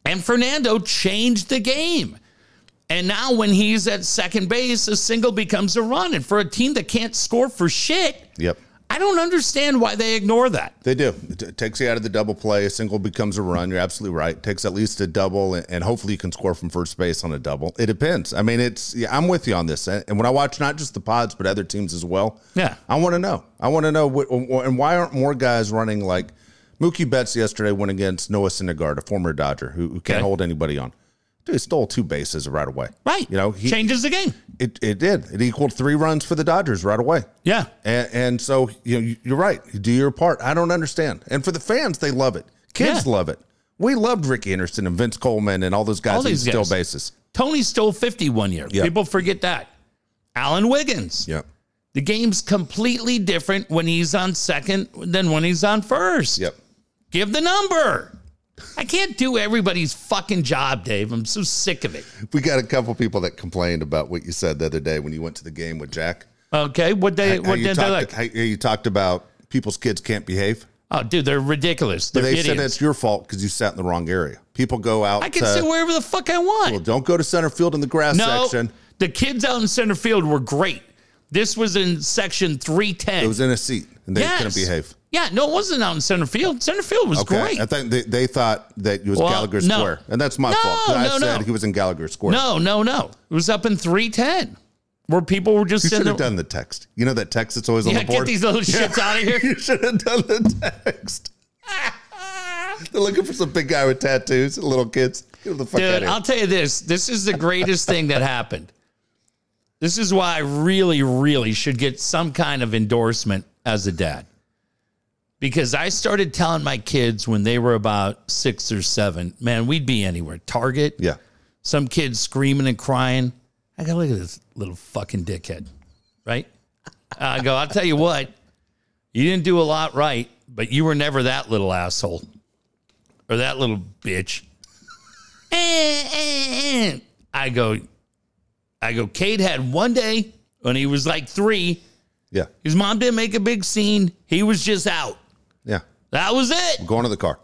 A: and Fernando changed the game. And now when he's at second base, a single becomes a run. And for a team that can't score for shit,
B: Yep,
A: I don't understand why they ignore that.
B: they do. It t- takes you out of the double play. A single becomes a run. You're absolutely right. Takes at least a double, and, and hopefully you can score from first base on a double. It depends. I mean, it's. Yeah, I'm with you on this. And and when I watch not just the pods but other teams as well,
A: Yeah.
B: I want to know. I want to know what, and why aren't more guys running like Mookie Betts yesterday went against Noah Syndergaard, a former Dodger who, who can't
A: Okay.
B: hold anybody on. Dude, he stole two bases right away.
A: Right.
B: You know, he,
A: changes the game.
B: it, it did. It equaled three runs for the Dodgers right away.
A: Yeah.
B: And, and so you know, you- you're right. You do your part. I don't understand. And for the fans, they love it. Kids
A: Yeah.
B: love it. We loved Ricky Anderson and Vince Coleman and all those guys
A: All
B: who
A: these
B: steal
A: guys.
B: bases.
A: Tony stole 50 one year.
B: Yeah.
A: People forget that. Alan Wiggins.
B: Yep.
A: The game's completely different when he's on second than when he's on first.
B: Yep.
A: Give the number. I can't do everybody's fucking job, Dave. I'm so sick of it.
B: We got a couple people that complained about what you said the other day when you went to the game with Jack.
A: Okay. What they
B: how
A: what
B: you,
A: did they
B: talked,
A: like?
B: how you talked about people's kids can't behave.
A: Oh, dude, they're ridiculous. They're
B: They said
A: idiots.
B: it's your fault because you sat in the wrong area. People go out.
A: I can
B: to-
A: sit wherever the fuck I want.
B: well, don't go to center field in the grass
A: No,
B: section.
A: the kids out in center field were great. This was in section 310.
B: It was in a seat and they
A: Yes.
B: couldn't behave.
A: Yeah, no, it wasn't out in center field. Center field was
B: Okay,
A: great.
B: I think they, they thought that it was
A: Well,
B: Gallagher
A: no.
B: Square, and that's my
A: No,
B: fault. 'cause I
A: no,
B: said
A: no.
B: he was in Gallagher Square.
A: no, no, no. It was up in 310 where people were just
B: you should
A: sitting
B: have
A: there.
B: done the text. You know that text that's always on
A: Yeah,
B: the board.
A: get these little shits out of here.
B: you should have done the text. They're looking for some big guy with tattoos, little kids. Get the fuck out of
A: Dude,
B: here.
A: I'll tell you this. This is the greatest thing that happened. This is why I really, really should get some kind of endorsement as a dad. Because I started telling my kids when they were about six or seven, man, we'd be anywhere. Target,
B: yeah,
A: some kid screaming and crying. I go, look at this little fucking dickhead, right? I go, I'll tell you what, you didn't do a lot right, but you were never that little asshole or that little bitch. Eh, eh, eh. I go, I go, Cade had one day when he was like three.
B: yeah,
A: His mom didn't make a big scene. He was just out.
B: yeah.
A: That was it
B: Going to the car.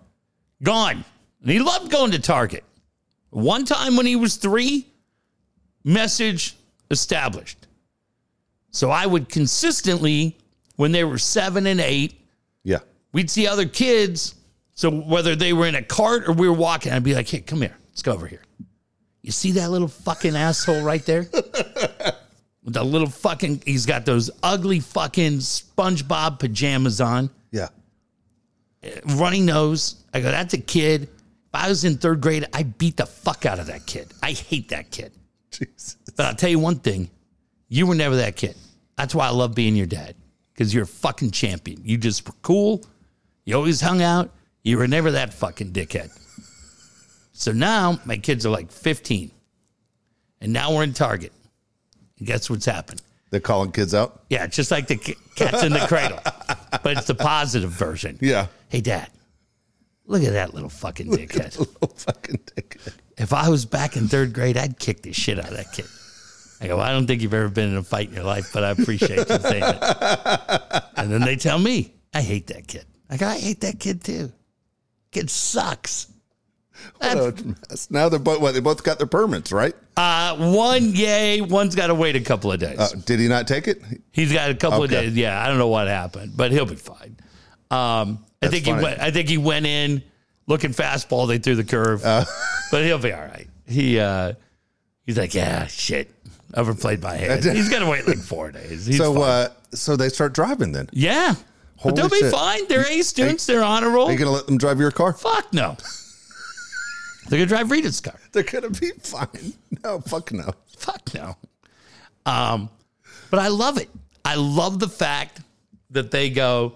A: gone. And he loved going to Target. One time when he was three, message established. So I would consistently, when they were seven and eight,
B: Yeah,
A: we'd see other kids. So whether they were in a cart or we were walking, I'd be like, hey, come here. Let's go over here. You see that little fucking asshole right there? with the little fucking. He's got those ugly fucking SpongeBob pajamas on,
B: Yeah.
A: runny nose. I go, that's a kid. If I was in third grade, I beat the fuck out of that kid. I hate that kid.
B: Jesus.
A: But I'll tell you one thing: you were never that kid. That's why I love being your dad because you're a fucking champion. You just were cool. You always hung out. You were never that fucking dickhead. So now my kids are like 15, and now we're in Target. And guess what's happened?
B: They're calling kids out.
A: Yeah, it's just like the ca- cats in the cradle, but it's the positive version.
B: Yeah.
A: Hey, Dad, look at that little fucking dickhead.
B: Little fucking dickhead.
A: If I was back in third grade, I'd kick the shit out of that kid. I go, well, I don't think you've ever been in a fight in your life, but I appreciate you saying it. And then they tell me, I hate that kid. I go, I hate that kid too. Kid sucks.
B: Oh, mess. Now they're both. Well, they both got their permits, right?
A: Uh, one yay, one's got to wait a couple of days.
B: Uh, did he not take it?
A: He's got a couple of
B: okay.
A: days. Yeah, I don't know what happened, but he'll be fine. Um, I think
B: funny.
A: he went. I think he went in looking fastball. They threw the curve,
B: Uh.
A: but he'll be all right. He uh, he's like, yeah, shit, overplayed my hand. He's got to wait like four days. He's
B: so,
A: fine.
B: uh, so they start driving. Then
A: yeah,
B: Holy
A: but they'll be
B: shit.
A: fine. They're A students. They're on a roll.
B: are you gonna let them drive your car?
A: Fuck no. They're gonna drive Rita's car.
B: They're gonna be fine. No, fuck no.
A: Fuck no. Um, but I love it. I love the fact that they go.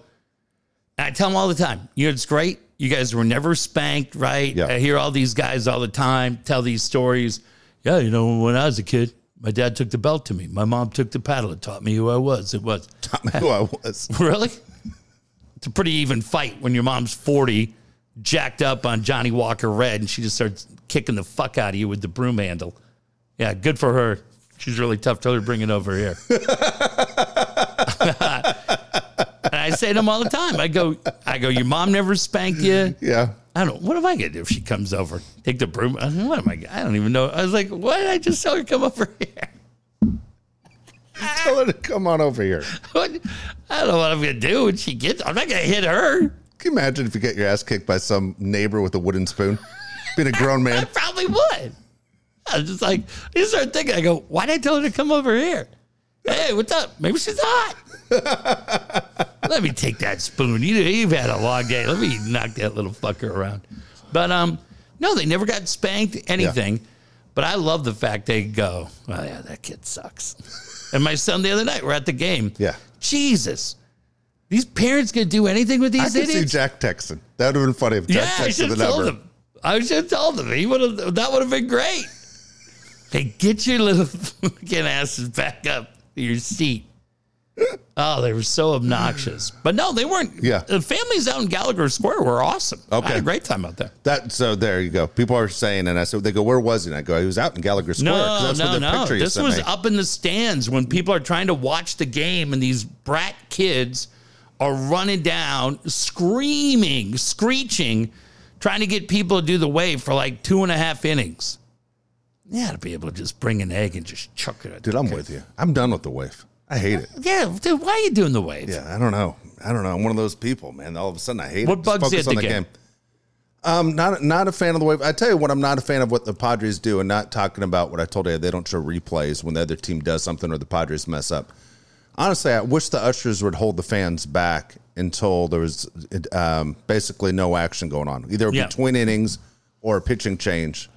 A: I tell them all the time, you know, it's great. You guys were never spanked, right?
B: Yeah.
A: I hear all these guys all the time tell these stories. Yeah, you know, when I was a kid, my dad took the belt to me. My mom took the paddle. It taught me who I was. It was
B: Taught me who I was.
A: really. It's a pretty even fight when your mom's forty, jacked up on Johnny Walker Red, and she just starts kicking the fuck out of you with the broom handle. Yeah, good for her. She's really tough. Tell her to bring it over here. and I say to them all the time, I go, I go, your mom never spanked you.
B: Yeah.
A: I don't. What am I gonna do if she comes over? Take the broom. I mean, what am I? I don't even know. I was like, why did I just tell her to come over here?
B: Tell her to come on over here.
A: What- I don't know what I'm gonna do when she gets. I'm not gonna hit her.
B: Can you imagine if you get your ass kicked by some neighbor with a wooden spoon? Being a grown
A: I
B: man.
A: probably would. I was just like, I just started thinking, I go, why did I tell her to come over here? Hey, what's up? Maybe she's hot. Let me take that spoon. You, you've had a long day. Let me knock that little fucker around. But um, no, they never got spanked, anything. But I love the fact they go, well, yeah, that kid sucks. And my son the other night, we're at the game.
B: Yeah.
A: Jesus. These parents could do anything with
B: I
A: these
B: could
A: idiots.
B: see Jack Texan. That would have been funny if Jack
A: Yeah, I
B: Texan
A: should
B: the
A: have told
B: number.
A: him. I should have told him. He would have. That would have been great. Hey, get your little fucking asses back up to your seat. Oh, they were so obnoxious, but no, they weren't.
B: Yeah.
A: the families out in Gallagher Square were awesome. I
B: Okay.
A: had a great time out there.
B: That so there you go. People are saying, and I said, they go, where was he? And I go, he was out in Gallagher Square. 'cause
A: No, no,
B: the
A: no.
B: picture you
A: This
B: sent
A: was
B: me.
A: up in the stands when people are trying to watch the game and these brat kids are running down, screaming, screeching, trying to get people to do the wave for like two and a half innings. Yeah, to be able to just bring an egg and just chuck it. At
B: Dude, I'm with you. I'm done with the wave. I hate it.
A: yeah, dude, why are you doing the wave?
B: Yeah, I don't know. I don't know. I'm one of those people, man. All of a sudden, I hate
A: What
B: it. Just
A: bugs you
B: focus
A: at the game?
B: Um, not not a fan of the wave. I tell you what, I'm not a fan of what the Padres do, and not talking about what I told you. They don't show replays when the other team does something or the Padres mess up. Honestly, I wish the ushers would hold the fans back until there was um, basically no action going on, either
A: Yeah.
B: between innings or a pitching change.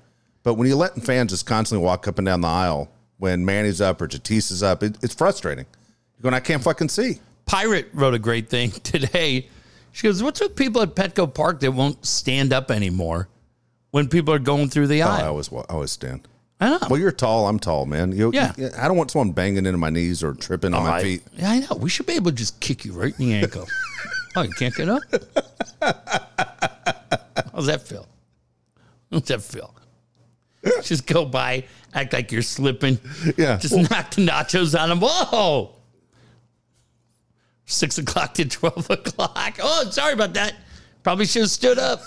B: But when you let fans just constantly walk up and down the aisle when Manny's up or Tatis is up, it, it's frustrating. You're going, I can't fucking see.
A: Pirate wrote a great thing today. She goes, "What's with people at Petco Park that won't stand up anymore when people are going through the
B: Oh, I
A: aisle?"
B: always, wa- I always stand.
A: I know.
B: Well, you're tall. I'm tall, man. You,
A: Oh. Yeah.
B: you- I don't want someone banging into my knees or tripping on my
A: I-
B: feet.
A: Yeah, I know. We should be able to just kick you right in the ankle. oh, you can't get up? How's that feel? How's that feel? Just go by, act like you're slipping.
B: Yeah.
A: Just knock the nachos on him. Whoa! Six o'clock to 12 o'clock. Oh, sorry about that. Probably should have stood up.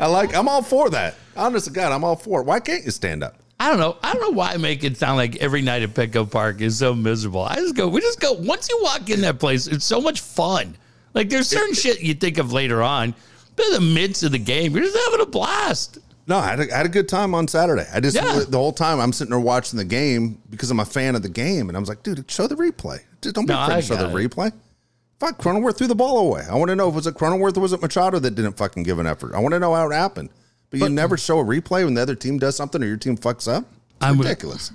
B: I like. I'm all for that. Honest to God, I'm all for it. Why can't you stand up?
A: I don't know. I don't know why I make it sound like every night at Petco Park is so miserable. I just go, we just go. Once you walk in that place, it's so much fun. Like there's certain shit you think of later on, but in the midst of the game, you're just having a blast.
B: No, I had, a, I had a good time on Saturday. I just
A: Yeah.
B: the whole time I'm sitting there watching the game because I'm a fan of the game, and I was like, dude, show the replay. Just don't be
A: No, I
B: afraid to show
A: got
B: the
A: it.
B: replay. Fuck, Cronenworth threw the ball away. I want to know if it was it Cronenworth or was it Machado that didn't fucking give an effort. I want to know how it happened. But, you never show a replay when the other team does something or your team fucks up. It's
A: I'm-
B: ridiculous.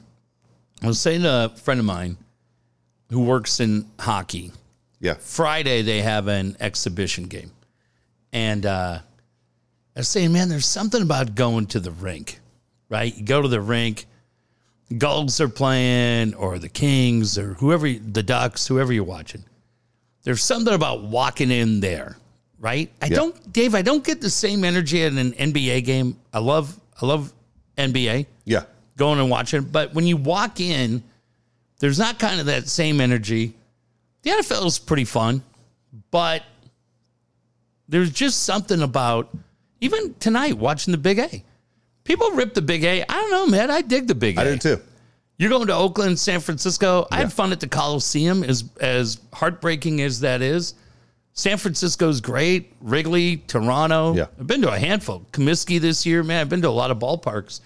A: I was saying to a friend of mine who works in hockey.
B: yeah,
A: Friday they have an exhibition game, and uh, I was saying, man, there's something about going to the rink, right? You go to the rink, the Gulls are playing, or the Kings, or whoever, you- the Ducks, whoever you're watching. There's something about walking in there, right? I don't, Dave. I don't get the same energy at an NBA game. I love, I love NBA
B: yeah,
A: going and watching. But when you walk in, there's not kind of that same energy. The NFL is pretty fun, but there's just something about even tonight watching the Big A. People rip the Big A. I don't know, man. I dig the Big A.
B: I did too.
A: You're going to Oakland, San Francisco. I had fun at the Coliseum, as as heartbreaking as that is. San Francisco's great. Wrigley, Toronto.
B: Yeah.
A: I've been to a handful. Comiskey this year, man. I've been to a lot of ballparks.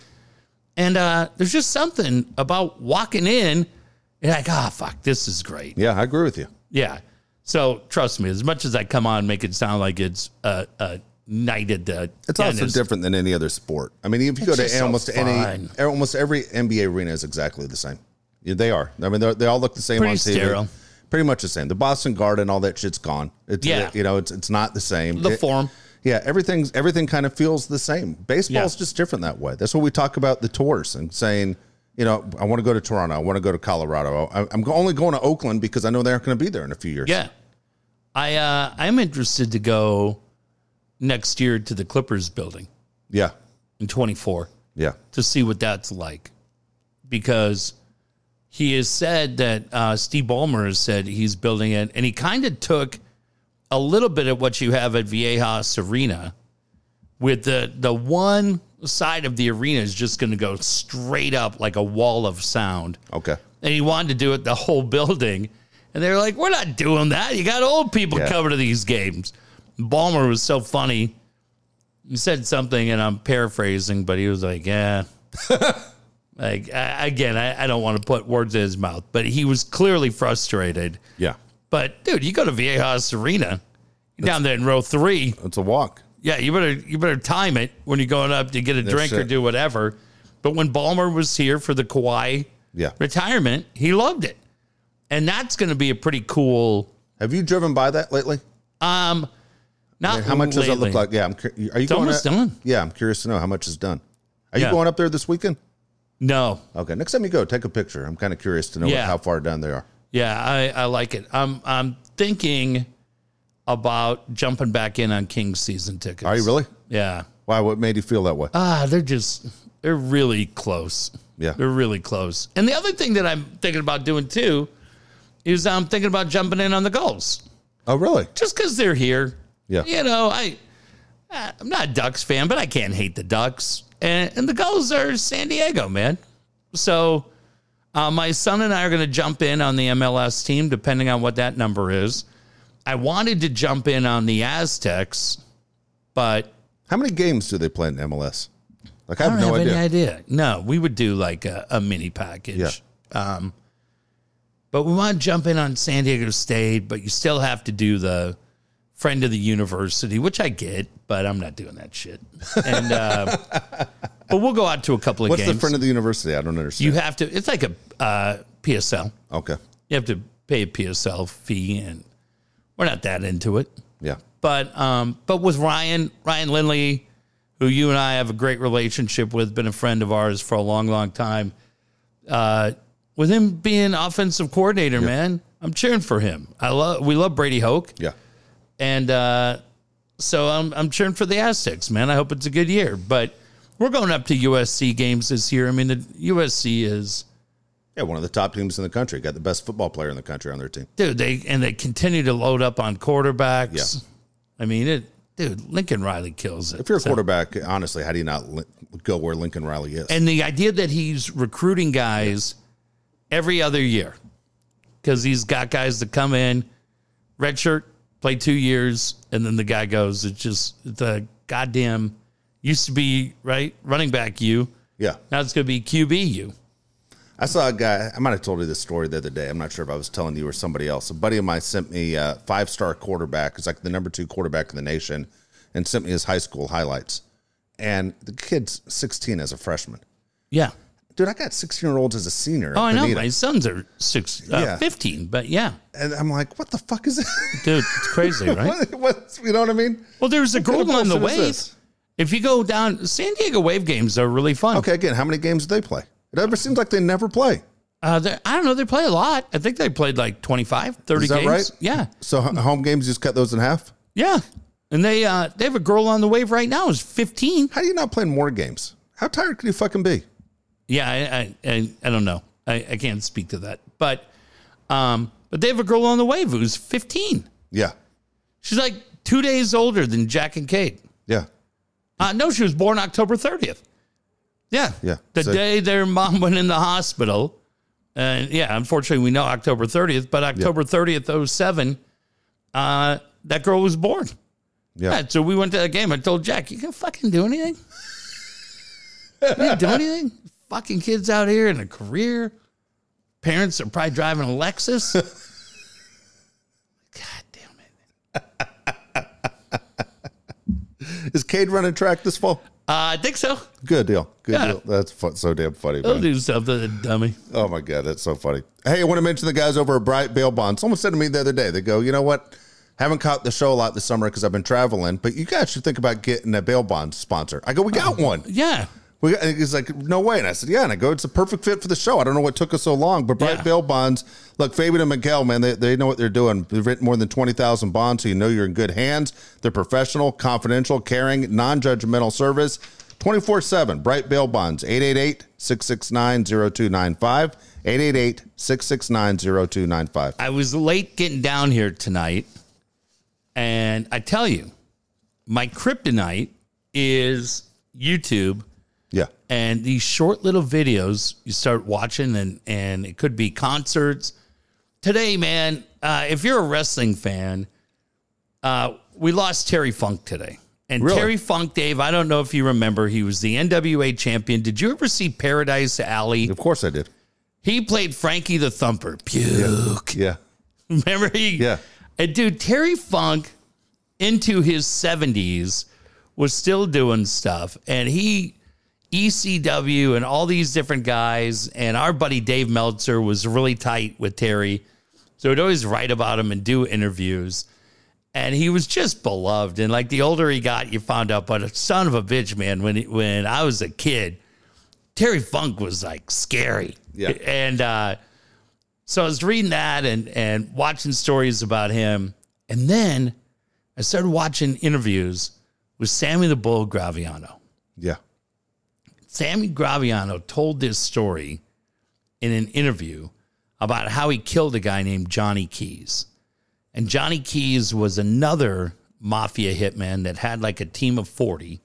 A: And uh, there's just something about walking in and like, ah, fuck, this is great.
B: Yeah, I agree with you.
A: Yeah. So trust me, as much as I come on and make it sound like it's a, a night at the
B: It's also
A: dentist,
B: different than any other sport. I mean, if you
A: It's
B: go
A: just
B: to
A: so
B: almost any,
A: fun.
B: almost every NBA arena is exactly the same. Yeah, they are. I mean, they're- they all look the same
A: Pretty
B: on TV.
A: sterile.
B: Pretty much the same. The Boston Garden, all that shit's gone. It's,
A: Yeah.
B: you know, it's it's not the same.
A: the
B: It-
A: form.
B: yeah, everything's everything kind of feels the same. Baseball's
A: Yeah.
B: just different that way. That's what we talk about the tours and saying, you know, I want to go to Toronto. I want to go to Colorado. I, I'm only going to Oakland because I know they aren't going to be there in a few years.
A: Yeah. I uh I'm interested to go next year to the Clippers building
B: yeah,
A: in 24
B: yeah.
A: to see what that's like because he has said that uh, Steve Ballmer has said he's building it, and he kind of took a little bit of what you have at Viejas Arena, with the the one side of the arena is just going to go straight up like a wall of sound,
B: Okay.
A: and he wanted to do it the whole building. And they were like, "We're not doing that. You got old people
B: Yeah.
A: coming to these games." Ballmer was so funny. He said something, and I'm paraphrasing, but he was like, "Yeah." like I, again, I, I don't want to put words in his mouth, but he was clearly frustrated.
B: Yeah,
A: But dude, you go to Viejas Arena, you're down there in row three.
B: it's a walk.
A: Yeah, you better you better time it when you're going up to get a drink or
B: it.
A: do whatever. But when Ballmer was here for the Kawhi
B: Yeah.
A: retirement, he loved it, and that's going to be a pretty cool.
B: Have you driven by that lately?
A: Um, not
B: How much does that
A: lately.
B: look like? Yeah, I'm. cur- Are you going?
A: almost
B: up-
A: done.
B: Yeah, I'm curious to know how much is done. Are
A: Yeah.
B: you going up there this weekend?
A: No,
B: Okay, next time you go, take a picture. I'm kind of curious to know
A: Yeah.
B: how far done they are.
A: yeah, I, I like it. I'm I'm thinking about jumping back in on King's season tickets.
B: Are you really?
A: Yeah.
B: Why? What made you feel that way?
A: Ah, they're just they're really close.
B: Yeah.
A: They're really close. And the other thing that I'm thinking about doing too is I'm thinking about jumping in on the goals
B: oh, really?
A: just because they're here.
B: Yeah.
A: You know, I I- I'm not a Ducks fan, but I can't hate the Ducks. And and the goals are San Diego, man. So uh, my son and I are going to jump in on the MLS team, depending on what that number is. I wanted to jump in on the Aztecs, but
B: How many games do they play in MLS? Like I have
A: I don't
B: no
A: have
B: idea.
A: any idea. No, we would do like a, a mini package. Um, but we want to jump in on San Diego State, but you still have to do the friend of the university, which I get, but I'm not doing that shit. And uh, but we'll go out to a couple of
B: What's
A: games.
B: the friend of the university? I don't understand.
A: you have to. It's like a uh, PSL.
B: okay.
A: You have to pay a PSL fee, and we're not that into it
B: Yeah.
A: but um, but with Ryan Ryan Lindley, who you and I have a great relationship with, been a friend of ours for a long, long time. Uh, with him being offensive coordinator, man, I'm cheering for him. I love we love Brady Hoke,
B: Yeah.
A: and uh, so I'm I'm cheering for the Aztecs, man. I hope it's a good year, but. We're going up to USC games this year. I mean, the USC is
B: Yeah. One of the top teams in the country. Got the best football player in the country on their team.
A: dude. They and they continue to load up on quarterbacks. I mean, it, dude. Lincoln Riley kills it.
B: If you're a
A: So-
B: quarterback, honestly, how do you not li- go where Lincoln Riley is?
A: and the idea that he's recruiting guys every other year because he's got guys that come in redshirt play two years and then the guy goes it's just the goddamn Used to be right running back U.
B: Yeah.
A: Now it's going to be QBU.
B: I saw a guy. I might have told you this story the other day. I'm not sure if I was telling you or somebody else. A buddy of mine sent me a five star quarterback. He's like the number two quarterback in the nation, and sent me his high school highlights. And the kid's 16 as a freshman.
A: Yeah.
B: Dude, I got 16 year olds as a senior. at
A: Oh, I know.
B: Bonita.
A: My sons are six, uh,
B: Yeah.
A: 15, but yeah,
B: And I'm like, what the fuck is that?
A: dude, it's crazy, right?
B: what, what, you know what I mean?
A: Well, there's a
B: kind of
A: gold on the
B: bullshit is
A: wave.
B: this?
A: If you go down, San Diego Wave games are really fun.
B: Okay, again, how many games do they play? It ever seems like they never play.
A: Uh, they- I don't know. They play a lot. I think they played like 25, 30
B: Is that
A: games.
B: right?
A: Yeah.
B: So h- home games, you just cut those in half.
A: Yeah. And they uh, they have a girl on the wave right now who's 15.
B: How do you not play more games? How tired can you fucking be?
A: Yeah, I I, I, I don't know. I, I can't speak to that. But um, but they have a girl on the wave who's 15.
B: Yeah,
A: She's like two days older than Jack and Kate.
B: yeah,
A: Uh, no, she was born October 30th. Yeah.
B: Yeah.
A: The
B: So-
A: day their mom went in the hospital. And yeah, unfortunately, we know October 30th, but October 30th, 07, uh, that girl was born.
B: yeah.
A: Yeah, so we went to that game. I told Jack, you can fucking do anything. you didn't do anything. Fucking kids out here in a career. Parents are probably driving a Lexus. God damn it.
B: Is Cade running track this fall?
A: Uh, I think so.
B: Good deal. Good
A: Yeah.
B: deal. That's fu- so damn funny.
A: They'll
B: Man.
A: do something, dummy.
B: Oh my god, that's so funny. Hey, I want to mention the guys over at Bright Bail Bond. Someone said to me the other day, they go, you know what? Haven't caught the show a lot this summer because I've been traveling, but you guys should think about getting a bail bond sponsor. I go, we got one.
A: Yeah.
B: We got, and he's like, no way. And I said, yeah. And I go, it's a perfect fit for the show. I don't know what took us so long, but Bright
A: Yeah.
B: Bail Bonds, look, Fabian and Miguel, man, they, they know what they're doing. They've written more than 20,000 bonds, so you know you're in good hands. They're professional, confidential, caring, non judgmental service 24 7. Bright Bail Bonds, 888 669 0295. 888 669 0295.
A: I was late getting down here tonight. And I tell you, my kryptonite is YouTube.
B: Yeah.
A: and these short little videos you start watching and and it could be concerts today man uh, if you're a wrestling fan uh, we lost terry funk today and
B: Really?
A: terry funk dave i don't know if you remember he was the nwa champion did you ever see paradise alley
B: Of course I did.
A: he played frankie the thumper puke
B: Yeah.
A: remember he
B: Yeah.
A: and dude terry funk into his 70s was still doing stuff and he ECW and all these different guys and our buddy Dave Meltzer was really tight with Terry. So he'd always write about him and do interviews. And he was just beloved. And like the older he got, you found out, but a son of a bitch, man, when he, when I was a kid, Terry Funk was like scary.
B: Yeah.
A: And uh so I was reading that and and watching stories about him. And then I started watching interviews with Sammy the Bull Graviano.
B: Yeah.
A: Sammy Graviano told this story in an interview about how he killed a guy named Johnny Keys. And Johnny Keys was another mafia hitman that had like a team of 40.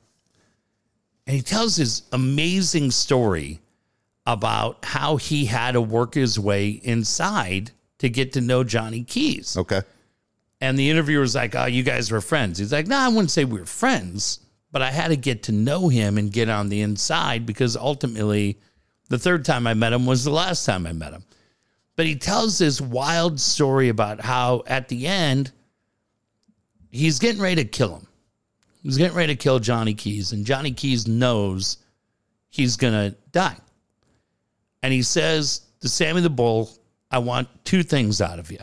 A: And he tells his amazing story about how he had to work his way inside to get to know Johnny Keys.
B: Okay.
A: And the interviewer's like, Oh, you guys were friends. He's like, No, I wouldn't say we were friends, but I had to get to know him and get on the inside because ultimately the third time I met him was the last time I met him. But he tells this wild story about how at the end, he's getting ready to kill him. He's getting ready to kill Johnny Keys, and Johnny Keys knows he's going to die. And he says to Sammy the Bull, I want two things out of you.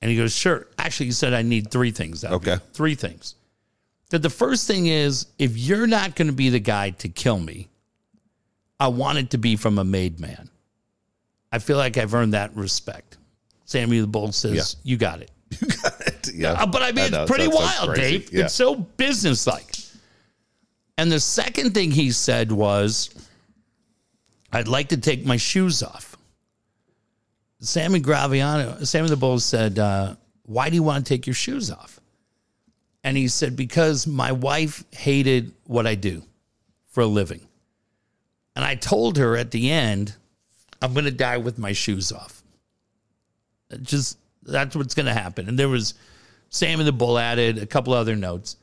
A: And he goes, Sure. Actually, he said, I need three things out of
B: Okay.
A: you. Three things. That the first thing is, if you're not going to be the guy to kill me, I want it to be from a made man. I feel like I've earned that respect. Sammy the Bull says, You got it.
B: Yeah.
A: Uh, but I mean,
B: know,
A: it's pretty
B: that sounds
A: wild,
B: crazy.
A: Dave.
B: Yeah.
A: It's so businesslike. And the second thing he said was, "I'd like to take my shoes off." Sammy Graviano, Sammy the Bull said, uh, "Why do you want to take your shoes off?" And he said, "Because my wife hated what I do for a living, and I told her at the end, I'm going to die with my shoes off. It Just that's what's going to happen." And there was. Sam and the Bull added a couple other notes.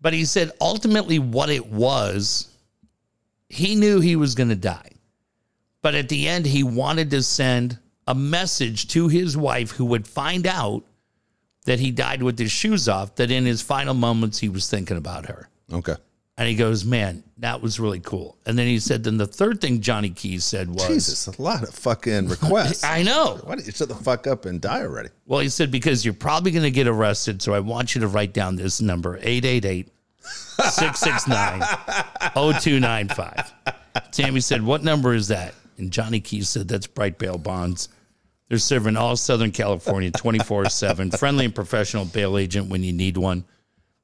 A: But he said ultimately what it was, he knew he was going to die. But at the end, he wanted to send a message to his wife who would find out that he died with his shoes off, that in his final moments, he was thinking about her.
B: Okay.
A: And he goes, Man, that was really cool. And then he said, Then the third thing Johnny Keys said was,
B: Jesus, a lot of fucking requests.
A: I know.
B: Why don't you shut the fuck up and die already?
A: Well, he said, Because you're probably going to get arrested. So I want you to write down this number 888 669 0295. Tammy said, What number is that? And Johnny Keys said, That's Bright Bail Bonds. They're serving all Southern California 24 7. Friendly and professional bail agent when you need one.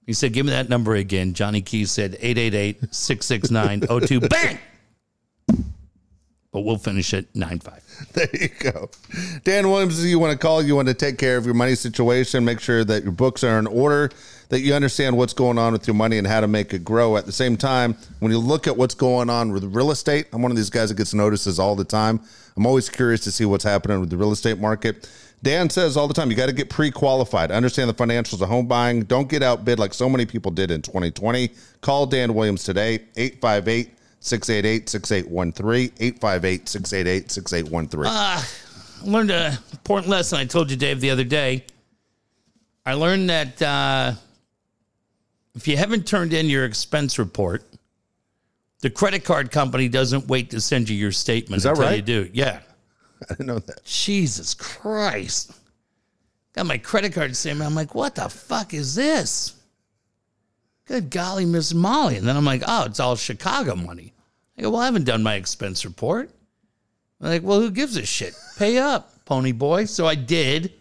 A: He said, Give me that number again. Johnny Keys said, 888 669 02. Bang! But we'll finish at 9 5.
B: There you go. Dan Williams, you want to call, you want to take care of your money situation, make sure that your books are in order, that you understand what's going on with your money and how to make it grow. At the same time, when you look at what's going on with real estate, I'm one of these guys that gets notices all the time. I'm always curious to see what's happening with the real estate market. Dan says all the time, you got to get pre qualified, understand the financials of home buying. Don't get outbid like so many people did in 2020. Call Dan Williams today, 858 688 6813. 858 688 6813.
A: Learned a important lesson I told you, Dave, the other day. I learned that uh, if you haven't turned in your expense report, the credit card company doesn't wait to send you your statement
B: that
A: until
B: right?
A: you do. Yeah.
B: I didn't know that.
A: Jesus Christ. Got my credit card statement. I'm like, what the fuck is this? Good golly, Miss Molly. And then I'm like, oh, it's all Chicago money. I go, well, I haven't done my expense report. I'm like, well, who gives a shit? Pay up, pony boy. So I did.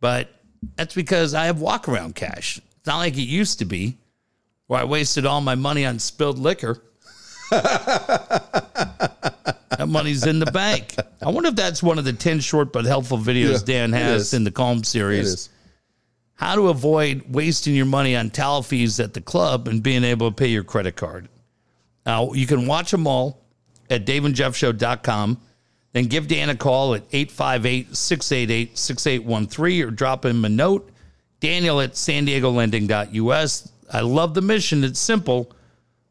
A: But that's because I have walk around cash. It's not like it used to be where I wasted all my money on spilled liquor. that money's in the bank. I wonder if that's one of the 10 short but helpful videos
B: Yeah,
A: Dan
B: it
A: has
B: is.
A: in the Calm
B: It
A: series
B: is.
A: how to avoid wasting your money on towel fees at the club and being able to pay your credit card. Now, you can watch them all at daveandjeffshow.com. Then give Dan a call at 858 688 6813 or drop him a note. Daniel at san diego lending.us. I love the mission. It's simple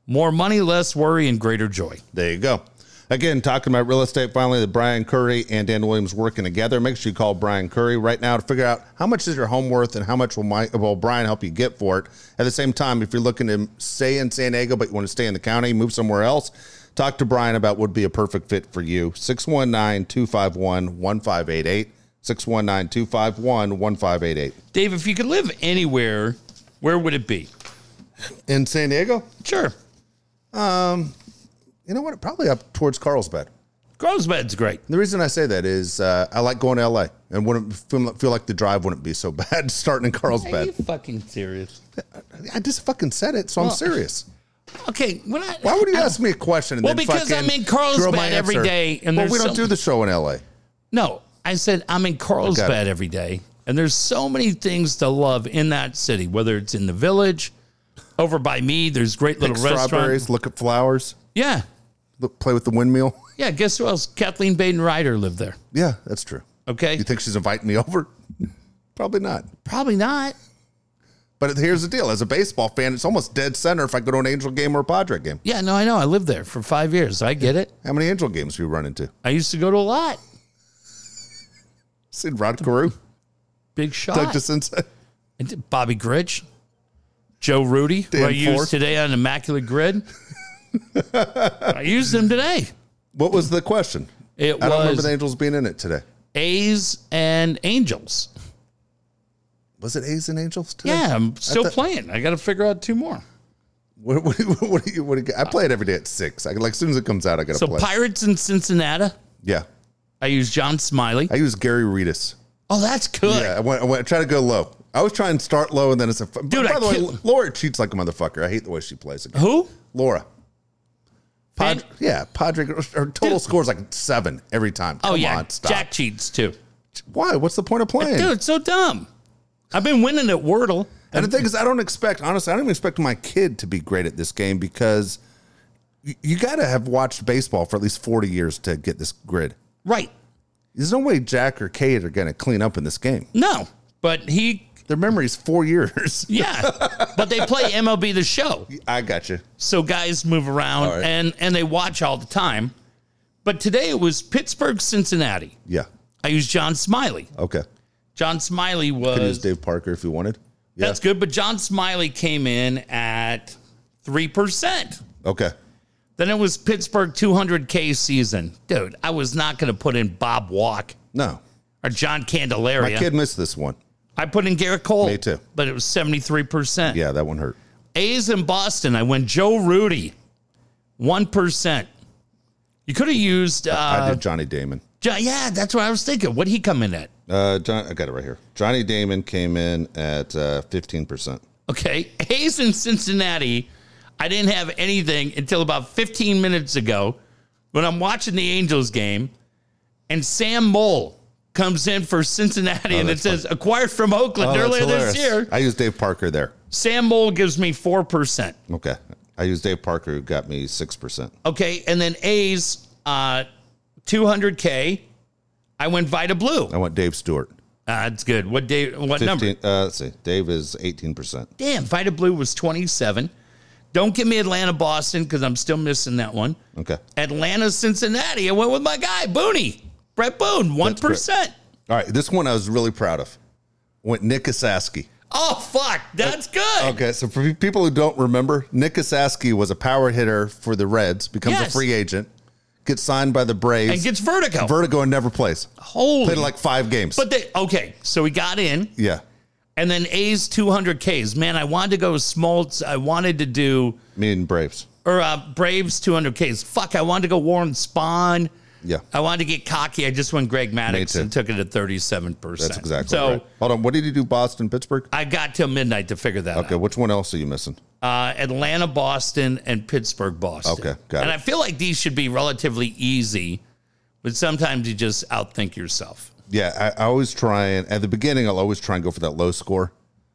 A: more money, less worry, and greater joy.
B: There you go. Again, talking about real estate, finally, the Brian Curry and Dan Williams working together. Make sure you call Brian Curry right now to figure out how much is your home worth and how much will, my, will Brian help you get for it. At the same time, if you're looking to stay in San Diego, but you want to stay in the county, move somewhere else, talk to Brian about what would be a perfect fit for you. 619 251 1588. 619 251 1588.
A: Dave, if you could live anywhere, where would it be?
B: In San Diego?
A: Sure.
B: Um, You know what? Probably up towards Carlsbad.
A: Grosbed's great.
B: The reason I say that is uh, I like going to LA and wouldn't feel, feel like the drive wouldn't be so bad starting in
A: Are you
B: Carlsbad.
A: fucking serious?
B: I just fucking said it, so I'm
A: Well-
B: serious.
A: Okay, when I,
B: Why would you ask me a question? And
A: Well,
B: then
A: because I'm
B: fucking
A: in Carlsbad
B: throw my
A: every
B: answer?
A: day, and
B: well,
A: there's
B: we don't
A: some-
B: do the show in LA.
A: No, I said I'm in Carlsbad every day, and there's so many things to love in that city. Whether it's in the village, over by me, there's great
B: Pick
A: little restaurants.
B: strawberries, look at flowers,
A: Yeah,
B: look, play with the windmill.
A: yeah. Guess who else? Kathleen Baden Ryder lived there.
B: Yeah, that's true.
A: Okay,
B: You think she's inviting me over? Probably not.
A: probably not.
B: But here's the deal: as a baseball fan, it's almost dead center if I go to an Angel game or a Padre game.
A: Yeah, no, I know. I lived there for five years. I get it.
B: How many Angel games have you run into?
A: I used to go to a lot.
B: Seen Rod Carew,
A: Big shot.
B: Doug DeSensei.
A: I did Bobby Gritch, Joe Rudy, who I
B: Dan
A: used
B: Forth.
A: today on Immaculate Grid. I used them today.
B: What was the question?
A: It
B: I don't remember
A: was
B: the Angels being in it today.
A: A's and Angels.
B: Was it A's and Angels today?
A: Yeah, I'm still
B: thought-
A: playing. I got to figure out two more.
B: What, what, what, what, do you- what, do you- I play it every day at six. I, like as soon as it comes out, I gotta
A: So
B: play.
A: Pirates in Cincinnati.
B: yeah,
A: I use John Smiley.
B: I use Gary Reedus.
A: Oh, that's good.
B: Yeah, I went. I, went, I try to go low. I always try and start low, and then it's a.
A: Dude,
B: by
A: I
B: the way,
A: kill-
B: Laura cheats like a motherfucker. I hate the way she plays it.
A: Who?
B: Laura. Pad,
A: Fan-
B: yeah, Padre. Her total
A: Dude.
B: score's like seven every time.
A: Oh
B: Come
A: yeah,
B: on, stop.
A: Jack cheats too.
B: Why? What's the point of playing?
A: Dude, it's so dumb. I've been winning at Wordle.
B: And the thing is, I don't expect, honestly, I don't even expect my kid to be great at this game because you, you got to have watched baseball for at least 40 years to get this grid.
A: Right.
B: There's no way Jack or Kate are going to clean up in this game.
A: No, but he
B: Their memory's four years.
A: Yeah, but they play MLB the show.
B: I got you.
A: So guys move around
B: All right.
A: and and they watch all the time. But today it was Pittsburgh Cincinnati.
B: Yeah.
A: I used John Smiley.
B: Okay.
A: John Smiley
B: Could use
A: was
B: Dave Parker if you wanted. Yeah.
A: that's good, but John Smiley came in at 3%.
B: Okay.
A: Then it was Pittsburgh 200K season. Dude, I was not going to put in Bob Walk
B: No.
A: or John
B: My
A: Candelaria.
B: kid missed this one.
A: I put in Garrett Cole.
B: Me too.
A: But it was 73%.
B: Yeah, that one hurt.
A: A's in Boston, I went Joe Rudy, 1%. You could have used,
B: I
A: uh,
B: did Johnny Damon.
A: Jo- yeah, that's what I was thinking. What'd he come in at?
B: Uh, John, I got it right here. Johnny Damon came in at uh, fifteen percent.
A: Okay. A's in Cincinnati. I didn't have anything until about 15 minutes ago when I'm watching the Angels game and Sam Mole comes in for Cincinnati and it says acquired from
B: Oh,
A: Oakland earlier this year.
B: I used Dave Parker there.
A: Sam Mole gives me 4%.
B: Okay, I used Dave Parker who got me six percent.
A: Okay. And then A's, uh, 200K. I went Vita Blue. Ah,
B: I went Dave Stewart.
A: That's good. What day? What number?
B: 15, uh, let's see. Dave is eighteen percent.
A: Damn, Vita Blue was 27. Don't give me Atlanta Boston because I'm still missing that one.
B: Okay.
A: Atlanta, Cincinnati. I went with my guy, Booney, Brett Boone, 1%.
B: All right. This one I was really proud of. Went Nick Asaski.
A: Oh, fuck. That's good.
B: Uh, Okay, so for people who don't remember, Nick Asaski was a power hitter for the Reds, becomes
A: Yes.
B: a free agent, gets signed by the Braves,
A: And gets vertigo.
B: vertigo and never plays.
A: Holy.
B: Played like five games.
A: but they, okay, so he got in,
B: yeah,
A: and then A's 200Ks. Man, I wanted to go with Smoltz. I wanted to do,
B: me and Braves.
A: or uh, Braves 200Ks. Fuck, I wanted to go Warren Spawn.
B: Yeah,
A: I wanted to get cocky. I just went Greg Maddox
B: too.
A: and took it at 37%.
B: that's exactly
A: So
B: right. Hold on, what did you do? Boston, Pittsburgh.
A: I got till midnight to figure that
B: Okay, which one else are you missing?
A: out. Uh, Atlanta, Boston, and Pittsburgh, Boston.
B: Okay, got
A: and
B: it.
A: I feel like these should be relatively easy, but sometimes you just outthink yourself.
B: Yeah, I, I always try and at the beginning I'll always try and go for that low score,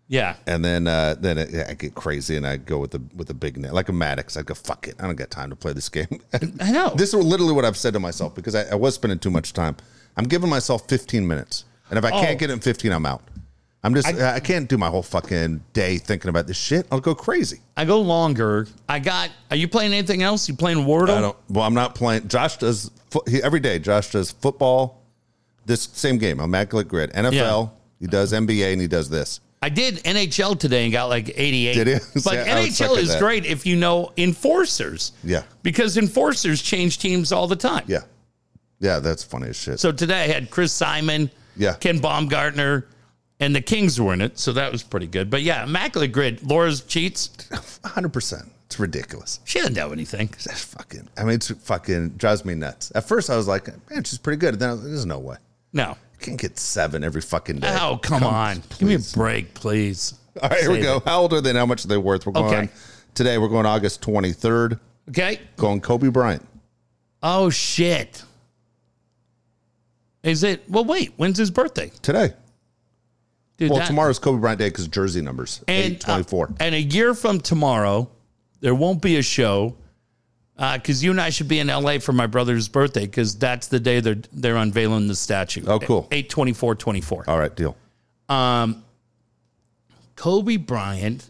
A: Yeah.
B: and then uh, then it, yeah, I get crazy and I go with the with the big name like a Maddox. I go fuck it, I don't got time to play this game.
A: I know.
B: this is literally what I've said to myself because I, I was spending too much time. I'm giving myself 15 minutes, and if I
A: Oh.
B: can't get it in 15, I'm out. I'm just I, can't do my whole fucking day thinking about this shit. I'll go crazy.
A: I go longer. I got, are you playing anything else? You playing Wordle?
B: I don't. Well, I'm not playing. Josh does fo- he, every day. Josh does football. This same game, immaculate grid, NFL.
A: Yeah.
B: He does NBA and he does this.
A: I did NHL today and got like 88.
B: Did you?
A: But
B: See, I- I was
A: NHL
B: suck at
A: is
B: that.
A: great if you know enforcers.
B: Yeah.
A: Because enforcers change teams all the time.
B: Yeah, yeah, that's funny as shit.
A: So today I had Chris Simon,
B: Yeah.
A: Ken Baumgartner, and the Kings were in it, so that was pretty good. But yeah, Immaculate Grid, Laura's cheats.
B: 100. percent It's ridiculous.
A: She doesn't know anything.
B: That's fucking. I mean, it's fucking drives me nuts. At first, I was like, man, she's pretty good. And then I was like, there's no way.
A: No.
B: Can't get seven every fucking day.
A: Oh, come, on. Give me a break, please.
B: All right, here we
A: Save
B: go. How old are they? and How much are they worth? We're going
A: Okay.
B: today. We're going August 23rd.
A: Okay.
B: Going Kobe Bryant.
A: Oh shit. Is it well wait, when's his birthday?
B: Today.
A: Dude,
B: Well,
A: that-
B: tomorrow's Kobe Bryant Day because jersey numbers.
A: and,
B: eight twenty-four.
A: uh, and a year from tomorrow, there won't be a show. Because you and I should be in LA for my brother's birthday, because that's the day they're they're unveiling the statue.
B: Oh, cool. Oh.
A: Eight twenty four twenty four.
B: All right, deal.
A: Um, Kobe Bryant.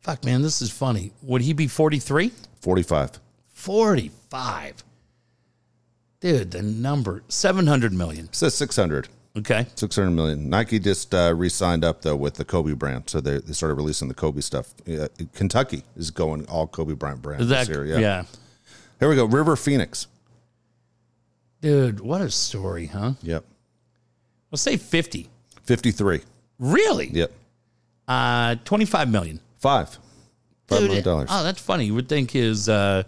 A: Fuck, man, this is funny. Would he be 43?
B: 45.
A: 45. Dude, the number 700 million.
B: It says 600.
A: Okay.
B: 600 million. Nike just uh, re signed up, though, with the Kobe brand. So they, they started releasing the Kobe stuff. Uh, Kentucky is going all Kobe Bryant brand
A: Is that,
B: this year.
A: yeah.
B: Yeah. Here we go. River Phoenix.
A: Dude, what a story, huh?
B: Yep.
A: Let's say 50.
B: 53.
A: Really?
B: Yep.
A: Uh, 25 million.
B: Five. Five
A: Dude,
B: million dollars.
A: Oh, that's funny. You would think his, uh,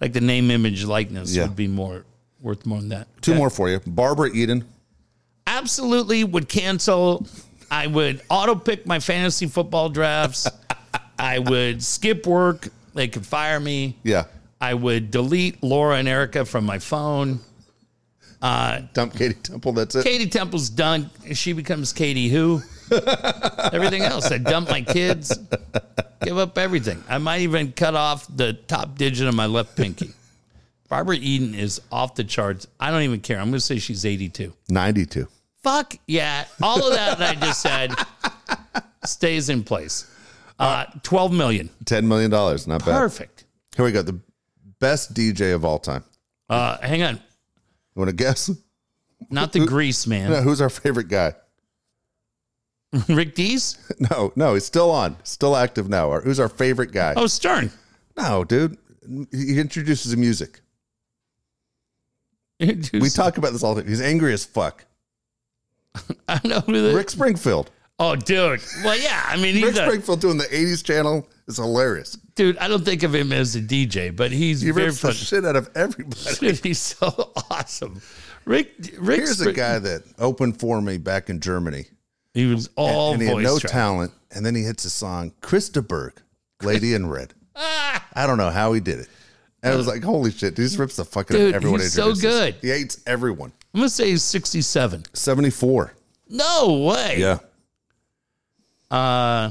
A: like the name, image, likeness
B: Yeah.
A: would be more worth more than that.
B: Two more for you. Barbara Eden.
A: absolutely would cancel. I would auto pick my fantasy football drafts. I would skip work. They could fire me.
B: Yeah.
A: I would delete Laura and Erica from my phone.
B: Dump Katie Temple. That's it.
A: Katie Temple's done. She becomes Katie who? everything else. I dump my kids, give up everything. I might even cut off the top digit of my left pinky. Barbara Eden is off the charts. I don't even care. I'm going to say she's 82.
B: 92.
A: Fuck yeah. All of that that I just said. stays in place. Uh, 12 million.
B: $10 million. Not bad.
A: Perfect.
B: Here we go. The best DJ of all time.
A: Uh, hang on.
B: You want to guess?
A: Not the grease man.
B: No, who's our favorite guy?
A: Rick Dees?
B: No, no, he's still on, still active now. Or Who's our favorite guy?
A: Oh, Stern.
B: No, dude. He introduces the music. We talk about this all the time. He's angry as fuck.
A: I know who the,
B: Rick Springfield.
A: Oh, dude. Well, yeah. I mean,
B: Rick
A: he's a,
B: Springfield doing the 80s channel is hilarious.
A: dude. I don't think of him as a DJ, but he's
B: He
A: very
B: rips the
A: fun.
B: shit out of everybody.
A: Dude, he's so awesome. Rick, Rick,
B: Here's a
A: Spring-
B: guy that opened for me back in Germany.
A: He was all
B: and he had
A: voice.
B: no
A: track.
B: talent. And then he hits a song, Krista Berg, Lady in Red. I don't know how he did it. And I was like, holy shit, dude, he just rips the fucking
A: Dude,
B: everyone.
A: he's so
B: introduces.
A: good.
B: He hates everyone.
A: I'm gonna say he's 67.
B: 74.
A: No way.
B: Yeah.
A: Uh,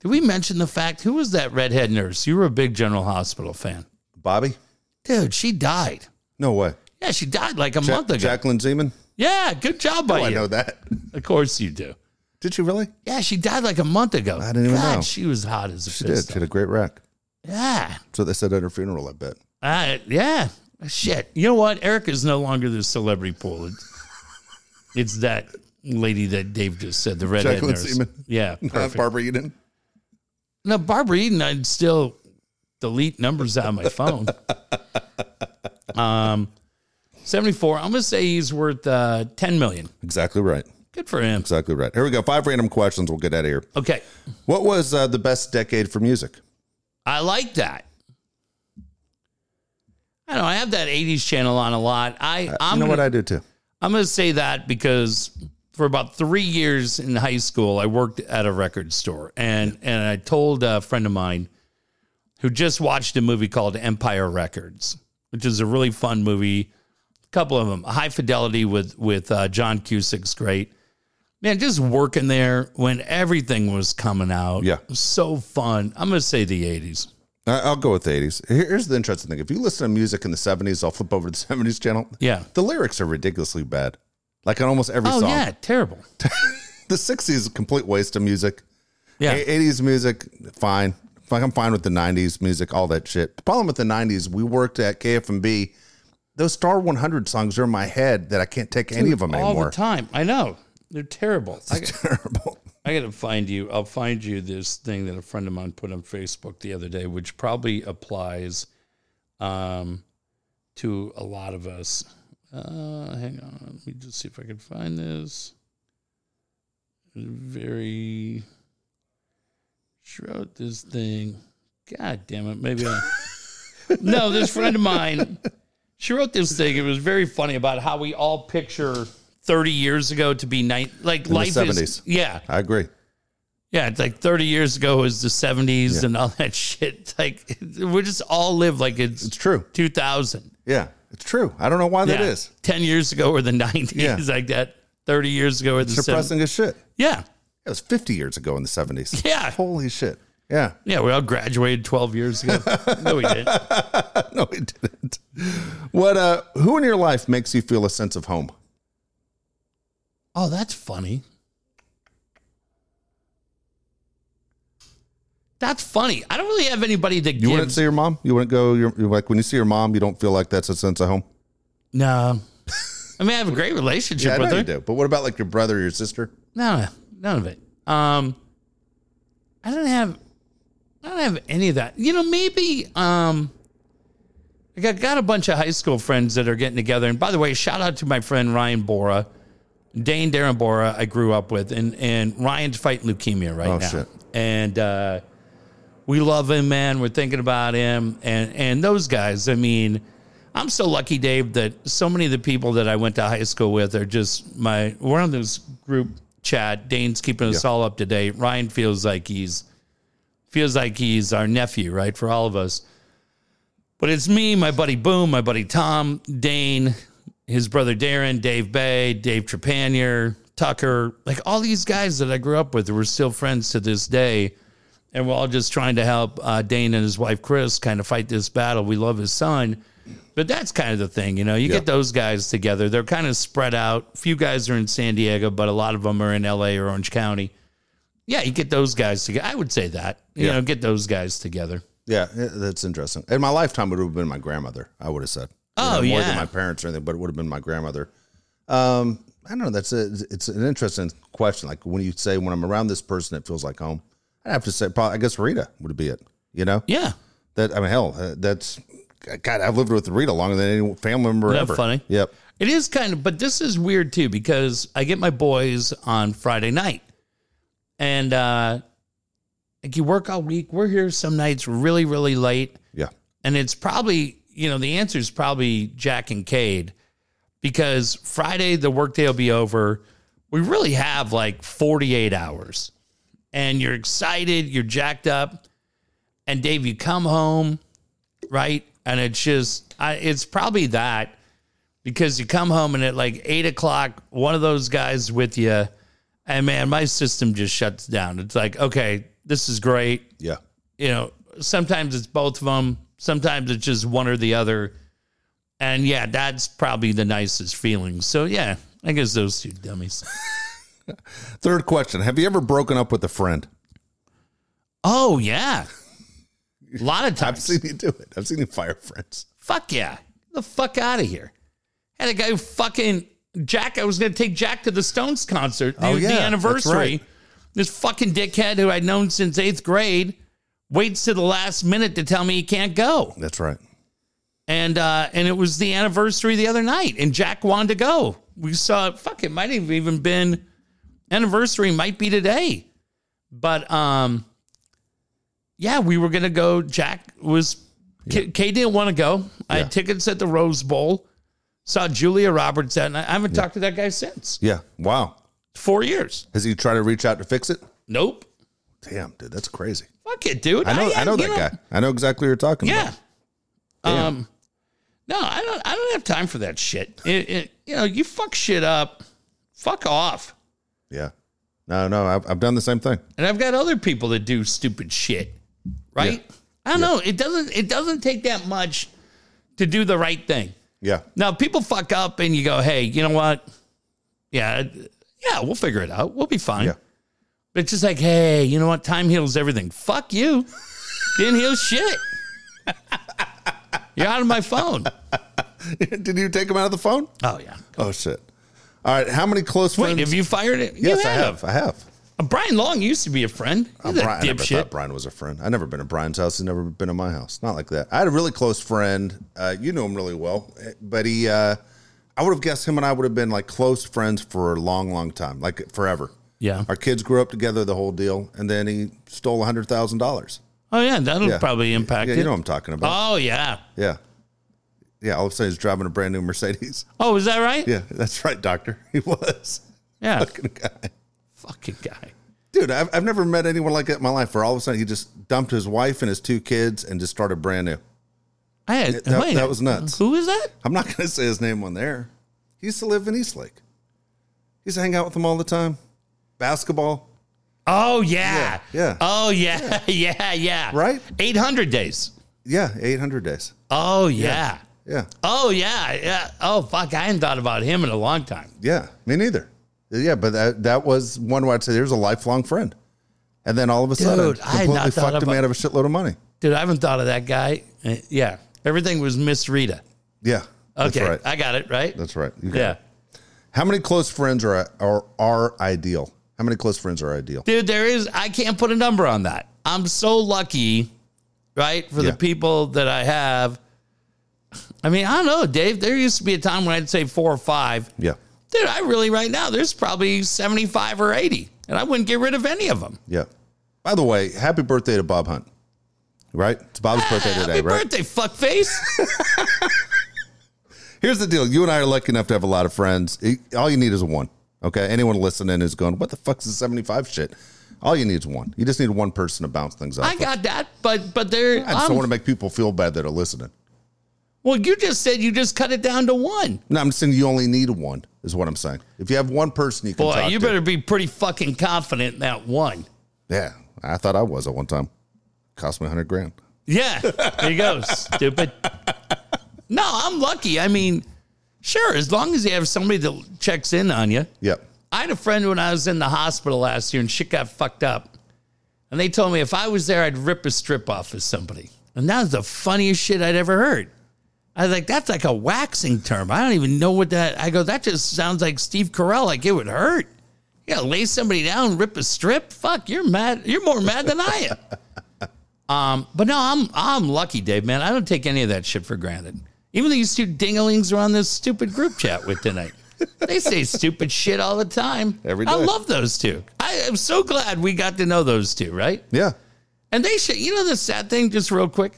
A: did we mention the fact who was that redhead nurse? You were a big General Hospital fan,
B: Bobby?
A: dude. She died.
B: No way.
A: Yeah, she died like a month ago.
B: Jacqueline Zeman?
A: yeah, good job
B: Oh,
A: by
B: I
A: you.
B: know that.
A: Of course you do.
B: Did she really?
A: Yeah, she died like a month ago.
B: I didn't even
A: God,
B: know.
A: she was hot as a she
B: She did. She had a great rack.
A: Yeah,
B: So they said at her funeral, I bet.
A: Uh, yeah. Shit. You know what? Eric is no longer the celebrity pool. It's, it's that lady that Dave just said, the redhead
B: Jacqueline
A: nurse.
B: Seaman.
A: Yeah,
B: Not
A: perfect.
B: Barbara Eden.
A: no, Barbara Eden, I'd still delete numbers out of my phone. Um, 74. I'm going to say he's worth uh, 10 million.
B: Exactly right.
A: Good for him.
B: Exactly right. Here we go. Five random questions. We'll get out of here.
A: Okay.
B: What was uh, the best decade for music?
A: I like that. I don't know. I have that 80s channel on a lot. I, I'm
B: Uh, you know
A: gonna-
B: what I do too.
A: I'm going to say that because for about three years in high school, I worked at a record store, and and I told a friend of mine who just watched a movie called Empire Records, which is a really fun movie. A couple of them, High Fidelity with with uh, John Cusick's great. Man, just working there when everything was coming out.
B: Yeah.
A: was so fun. I'm going to say the 80s.
B: I- I'll go with the 80s. Here- Here's the interesting thing. If you listen to music in the 70s, I'll flip over to the 70s channel.
A: Yeah.
B: The lyrics are ridiculously bad. Like on almost every
A: Oh
B: song.
A: yeah, terrible.
B: The 60s is a complete waste of music.
A: Yeah.
B: A- 80s music, fine. Like I'm fine with the 90s music, all that shit. The problem with the 90s, we worked at KFMB. Those Star 100 songs are in my head that I can't take any of them
A: All
B: anymore.
A: the time. I know. They're terrible. I,
B: It's terrible.
A: I gotta find you. I'll find you this thing that a friend of mine put on Facebook the other day, which probably applies um, to a lot of us. Uh, hang on, let me just see if I can find this. Very shroud this thing. God damn it! Maybe I. no, this friend of mine, she wrote this thing. It was very funny about how we all picture. 30 years ago to be night like life is
B: 70s.
A: yeah
B: I agree.
A: yeah, it's like 30 years ago was the 70s and all that shit. It's Like we just all live like it's,
B: It's true.
A: 2000.
B: Yeah, it's true. I don't know why that
A: Yeah.
B: is.
A: 10 years ago were the 90s
B: Yeah.
A: like that. 30 years ago were the 70s.
B: Depressing as shit.
A: Yeah.
B: It was 50 years ago in the 70s.
A: Yeah.
B: Holy shit. Yeah.
A: Yeah, we all graduated 12 years ago. no, we didn't.
B: No, it didn't. What uh who in your life makes you feel a sense of home?
A: Oh, that's funny. That's funny. I don't really have anybody that
B: You wouldn't
A: gives.
B: see your mom? You wouldn't go your, you're like when you see your mom, you don't feel like that's a sense of home?
A: no. I mean, I have a great relationship
B: Yeah, I
A: with
B: know
A: her.
B: you do. But what about like your brother or your sister?
A: No, none of it. Um, I don't have, I don't have any of that. You know, maybe um, like I got a bunch of high school friends that are getting together. And by the way, shout out to my friend Ryan Bora, Dane Darren Bora, I grew up with, and and Ryan's fighting leukemia right
B: Oh,
A: now,
B: shit.
A: and uh, we love him, man. We're thinking about him, and and those guys. I mean. I'm so lucky, Dave, that so many of the people that I went to high school with are just my. We're on this group chat. Dane's keeping us all up to date. Ryan feels like he's feels like he's our nephew, right, for all of us. But it's me, my buddy Boom, my buddy Tom, Dane, his brother Darren, Dave Bay, Dave Trepanier, Tucker, like all these guys that I grew up with. We're still friends to this day. And we're all just trying to help uh, Dane and his wife, Chris, kind of fight this battle. We love his son. But that's kind of the thing, you know, you
B: Yeah.
A: get those guys together. They're kind of spread out. Few guys are in San Diego, but a lot of them are in LA or Orange County Yeah, you get those guys together. I would say that. You
B: Yeah.
A: know, get those guys together.
B: Yeah, eh, that's interesting. In my lifetime, it would have been my grandmother. I would have said. You
A: Oh,
B: more
A: yeah.
B: than my parents or anything, but it would have been my grandmother. Um, I don't know. That's a, it's an interesting question. Like when you say when I'm around this person, it feels like home. I'd have to say probably. I guess Rita would be it. You know
A: Yeah.
B: that I mean hell uh, that's God. I've lived with Rita longer than any family member
A: Isn't that
B: ever.
A: funny?
B: Yep.
A: It is kind of, but this is weird too because I get my boys on Friday night, and uh, like you work all week. We're here some nights really, really late,
B: Yeah.
A: and it's probably you know the answer is probably Jack and Cade because Friday the workday will be over. We really have like forty eight hours, and you're excited, you're jacked up, and Dave, you come home, right? And it's just, I, it's probably that because you come home and at like eight o'clock, one of those guys with you, and man, my system just shuts down. It's like, okay, this is great.
B: Yeah.
A: You know, sometimes it's both of them, sometimes it's just one or the other. And yeah, that's probably the nicest feeling. So yeah, I guess those two dummies.
B: Third question: Have you ever broken up with a friend?
A: Oh yeah, a lot of
B: I've
A: times.
B: seen you do it. I've seen you fire friends.
A: Fuck yeah. Get the fuck out of here. Had a guy who fucking Jack, I was gonna take Jack to the Stones concert, the,
B: Oh, yeah,
A: the
B: that's
A: anniversary.
B: right.
A: This fucking dickhead who I'd known since eighth grade waits to the last minute to tell me he can't go.
B: That's right.
A: And uh and it was the anniversary the other night, and Jack wanted to go. We saw fuck it might have even been anniversary might be today. But um yeah, we were gonna go. Jack was K Kay didn't want to go. I
B: Yeah.
A: had tickets at the Rose Bowl. Saw Julia Roberts that night. I haven't talked to that guy since.
B: Yeah. Wow.
A: Four years.
B: Has he tried to reach out to fix it?
A: Nope.
B: Damn, dude, that's crazy.
A: Fuck it, dude.
B: I know, I, know
A: Oh, you
B: that guy. I know exactly what you're talking
A: Yeah.
B: about. Damn.
A: Um. No, I don't. I don't have time for that shit. It- it- you know, you fuck shit up. Fuck off.
B: Yeah. No, no, I've, I've done the same thing.
A: and I've got other people that do stupid shit, right? I don't know. It doesn't. It doesn't take that much to do the right thing.
B: Yeah.
A: Now, if people fuck up, and you go, "Hey, you know what? Yeah, yeah, we'll figure it out. We'll be fine."
B: Yeah.
A: But it's just like, "Hey, you know what? Time heals everything." Fuck you. Didn't heal shit. You're out of my phone.
B: Did you take him out of the phone?
A: Oh yeah.
B: Oh, shit. All right. How many close
A: Wait,
B: friends?
A: have you fired it?
B: yes,
A: you
B: I have. I have.
A: Brian Long used to be a friend. He's a
B: Brian, I never
A: dipshit.
B: thought Brian was a friend. I've never been to Brian's house. He's never been to my house. Not like that. I had a really close friend. Uh, you knew him really well, but he, uh, I would have guessed him and I would have been like close friends for a long, long time, like forever.
A: Yeah.
B: Our kids grew up together, the whole deal. And then he stole $100,000.
A: Oh yeah, that'll
B: Yeah.
A: probably impact
B: Yeah,
A: it.
B: you know what I'm talking about.
A: oh yeah.
B: Yeah. Yeah, all of a sudden he's driving a brand new Mercedes.
A: Oh, is that right?
B: Yeah, that's right, doctor. He was.
A: Yeah.
B: Fucking guy.
A: Fucking guy.
B: Dude, I've, I've never met anyone like that in my life where all of a sudden he just dumped his wife and his two kids and just started brand new.
A: I Uh-huh. had,
B: that-
A: wait,
B: that was nuts.
A: Who is that?
B: I'm not going to say his name on there. He used to live in Eastlake. He used to hang out with them all the time. Basketball.
A: Oh yeah.
B: Yeah, yeah.
A: Oh yeah. Yeah, yeah.
B: Right?
A: 800 days.
B: Yeah, 800 days.
A: Oh yeah.
B: Yeah.
A: Oh yeah. Yeah. Oh fuck, I hadn't thought about him in a long time.
B: Yeah, me neither. Yeah, but that, that was one where I'd say there's a lifelong friend. And then all of a sudden,
A: Dude, I had
B: completely
A: not thought
B: fucked a man of a shitload of money.
A: Dude, I haven't thought of that guy. Uh, yeah. Everything was Miss Rita.
B: Yeah.
A: Okay.
B: That's right.
A: I got it, right?
B: That's right. You got
A: yeah.
B: it. How many close friends are are are ideal? How many close friends are ideal?
A: Dude, there is I can't put a number on that. I'm so lucky, right? For
B: Yeah.
A: the people that I have. I mean, I don't know, Dave. There used to be a time when I'd say four or five.
B: Yeah.
A: dude, I really right now there's probably 75 or 80, and I wouldn't get rid of any of them.
B: Yeah. By the way, happy birthday to Bob Hunt. Right? It's Bob's birthday today,
A: Ah, Happy
B: right?
A: birthday, fuckface.
B: Here's the deal. You and I are lucky enough to have a lot of friends. It- all you need is one. Okay. Anyone listening is going, what the fuck's the 75 shit? All you need is one. You just need one person to bounce things off.
A: I
B: of.
A: got that, but but there.
B: I just
A: um,
B: don't want to make people feel bad that are listening.
A: well, you just said you just cut it down to one.
B: No, I'm just saying you only need one, is what I'm saying. If you have one person you can
A: Boy,
B: talk
A: you
B: to.
A: better be pretty fucking confident in that one.
B: Yeah. I thought I was at one time. Cost me 100 grand.
A: Yeah, there you go, stupid. No, I'm lucky. I mean, sure, as long as you have somebody that checks in on you.
B: Yep.
A: I had a friend when I was in the hospital last year and shit got fucked up. And they told me if I was there, I'd rip a strip off of somebody. And that was the funniest shit I'd ever heard. I was like, that's like a waxing term. I don't even know what that. I go, that just sounds like Steve Carell. Like it would hurt. Yeah, lay somebody down, rip a strip. Fuck, you're mad. You're more mad than I am. Um, but no, I'm I'm lucky, Dave. Man, I don't take any of that shit for granted. Even these two dinglings are on this stupid group chat with tonight. they say stupid shit all the time.
B: Every
A: I
B: day.
A: love those two. I am so glad we got to know those two, right?
B: Yeah.
A: And they should, you know, the sad thing, just real quick.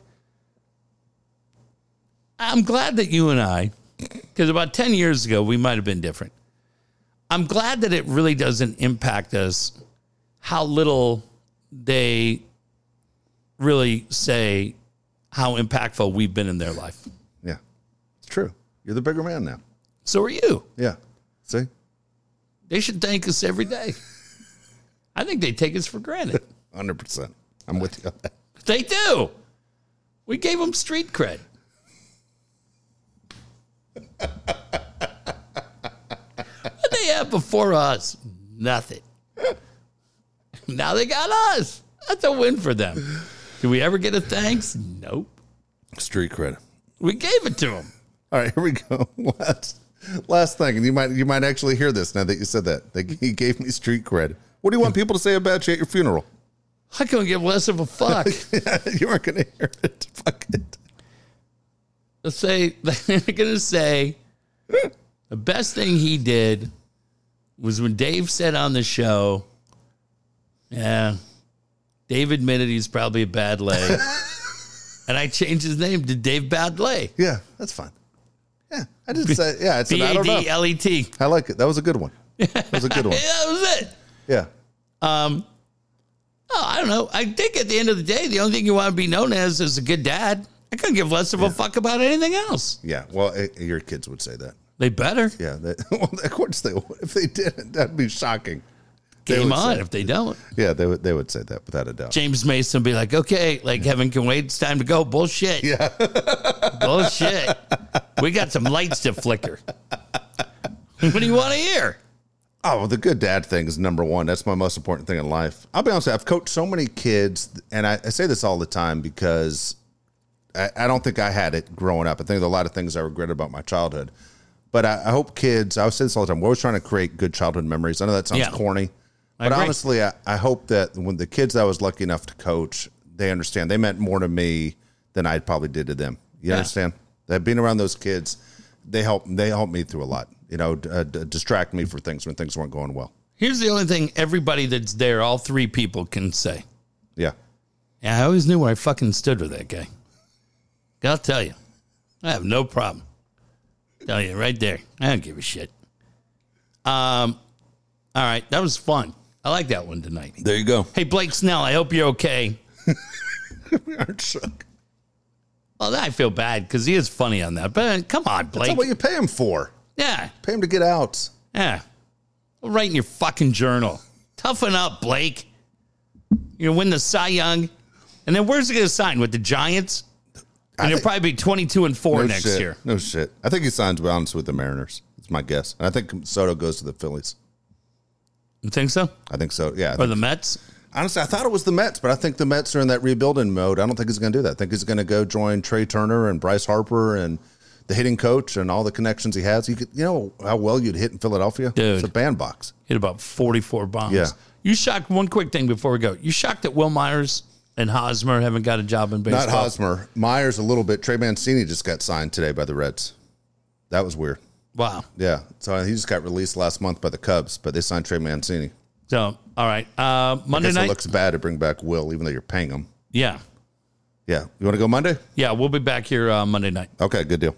A: I'm glad that you and I, because about 10 years ago, we might have been different. I'm glad that it really doesn't impact us how little they really say how impactful we've been in their life.
B: Yeah. It's true. You're the bigger man now.
A: So are you.
B: Yeah. See?
A: They should thank us every day. I think they take us for granted.
B: 100%. I'm with you on that.
A: They do. We gave them street cred. what they have before us? Nothing. Now they got us. That's a win for them. Do we ever get a thanks? Nope.
B: Street credit.
A: We gave it to them.
B: All right, here we go. Last, last thing, and you might you might actually hear this now that you said that. They, he gave me street cred. What do you want people to say about you at your funeral?
A: I couldn't give less of a fuck.
B: you aren't going to hear it. Fuck it.
A: They'll say they're gonna say the best thing he did was when Dave said on the show, "Yeah, Dave admitted he's probably a bad lay," and I changed his name to Dave Bad Lay.
B: Yeah, that's fine. Yeah, I just said yeah. It's an,
A: B
B: I
A: A
B: don't know.
A: D L E T.
B: I like it. That was a good one. That was a good one.
A: Yeah, That was it.
B: Yeah,
A: Oh, I don't know. I think at the end of the day, the only thing you want to be known as is a good dad. I couldn't give less of a fuck about anything else.
B: yeah. Well, eh, your kids would say that.
A: They better
B: Yeah, that, well, of course they would. If they didn't, that'd be shocking. They
A: game
B: would
A: on
B: say-
A: if they don't.
B: Yeah, they would. They would say that without a doubt.
A: James Mason be like, okay, like heaven can wait. It's time to go. Bullshit.
B: Yeah.
A: Bullshit. We got some lights to flicker. What do you want to hear?
B: Oh, well, the good dad thing is number one. That's my most important thing in life. I'll be honest, with you, I've coached so many kids, and I, I say this all the time because I, I don't think I had it growing up. I think there are a lot of things I regret about my childhood. But I, I hope kids, I say this all the time, we're always trying to create good childhood memories. I know that sounds
A: Yeah.
B: corny,
A: I
B: but
A: agree.
B: honestly, I, I hope that when the kids that I was lucky enough to coach, they understand they meant more to me than I probably did to them. You
A: Yeah.
B: understand that being around those kids, they help they help me through a lot. You know, d- uh, d- distract me for things when things weren't going well.
A: Here's the only thing everybody that's there, all three people can say.
B: Yeah,
A: Yeah, I always knew where I fucking stood with that guy. I'll tell you, I have no problem. Tell you right there, I don't give a shit. Um, all right, that was fun. I like that one tonight.
B: there you go.
A: Hey, Blake Snell, I hope you're okay.
B: we aren't shook.
A: Well, I feel bad because he is funny on that. But uh, come on,
B: That's
A: Blake.
B: what you pay him for.
A: Yeah,
B: Pay him to get out.
A: Yeah. Well, write in your fucking journal. Toughen up, Blake. You're gonna win the Cy Young. And then where's he gonna sign? With the Giants? And he'll
B: think-
A: probably be twenty two and four next
B: shit.
A: year.
B: No shit. I think he signs balance with the Mariners. It's my guess, and I think Soto goes to the Phillies.
A: You think so?
B: I think so. Yeah. I
A: Or the Mets?
B: Honestly, I thought it was the Mets, but I think the Mets are in that rebuilding mode. I don't think he's going to do that. I think he's going to go join Trey Turner and Bryce Harper and the hitting coach and all the connections he has. You could, you know how well you'd hit in Philadelphia.
A: Dude.
B: It's a bandbox.
A: Hit about forty four bombs.
B: Yeah.
A: You shocked one quick thing before we go. You shocked that Will Myers and Hosmer haven't got a job in baseball.
B: Not Hosmer, Myers a little bit. Trey Mancini just got signed today by the Reds. That was weird.
A: Wow.
B: Yeah, so he just got released last month by the Cubs, but they signed Trey Mancini.
A: So all right. Uh Monday
B: Guess it
A: night.
B: looks bad to bring back Will, even though you're paying him.
A: yeah.
B: Yeah, you want to go Monday?
A: Yeah, we'll be back here uh, Monday night.
B: Okay, good deal.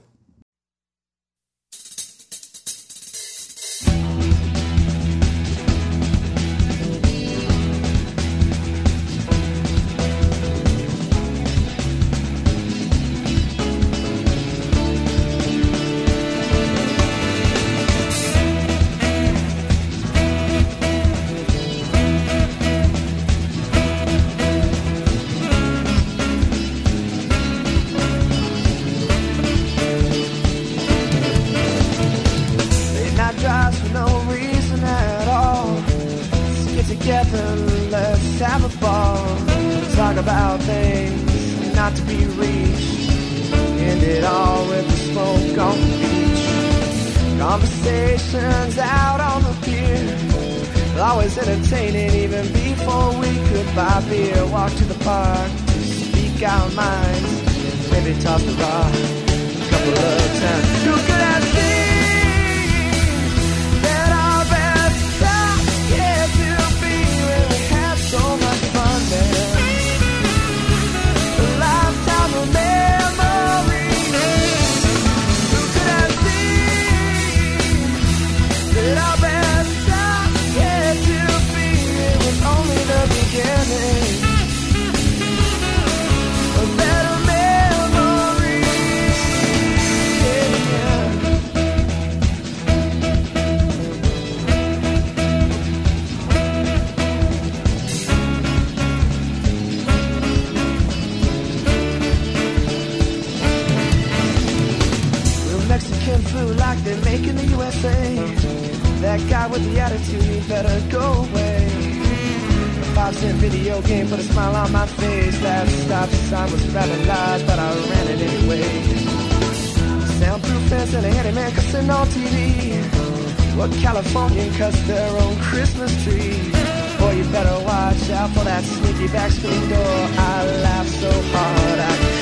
C: me reach. End it all with a smoke on the beach. Conversations out on the pier. Always entertaining even before we could buy beer. Walk to the park, speak our minds, and maybe toss the rock a couple of times. You could have seen that our best stuff yet to be when we had so much fun then. A lifetime of memories. Who could have seen that our best stuff yet to be? It was only the beginning. A better memory. Yeah. Real Mexican food like they make in the USA. That guy with the attitude, he better go away. A five cent video game put a smile on my face. That stop sign was rather large, but I ran it anyway. Soundproof fence and a handyman cussing on TV. What Californian cuts their own Christmas tree? Boy, you better watch out for that sneaky back screen door. I laughed so hard I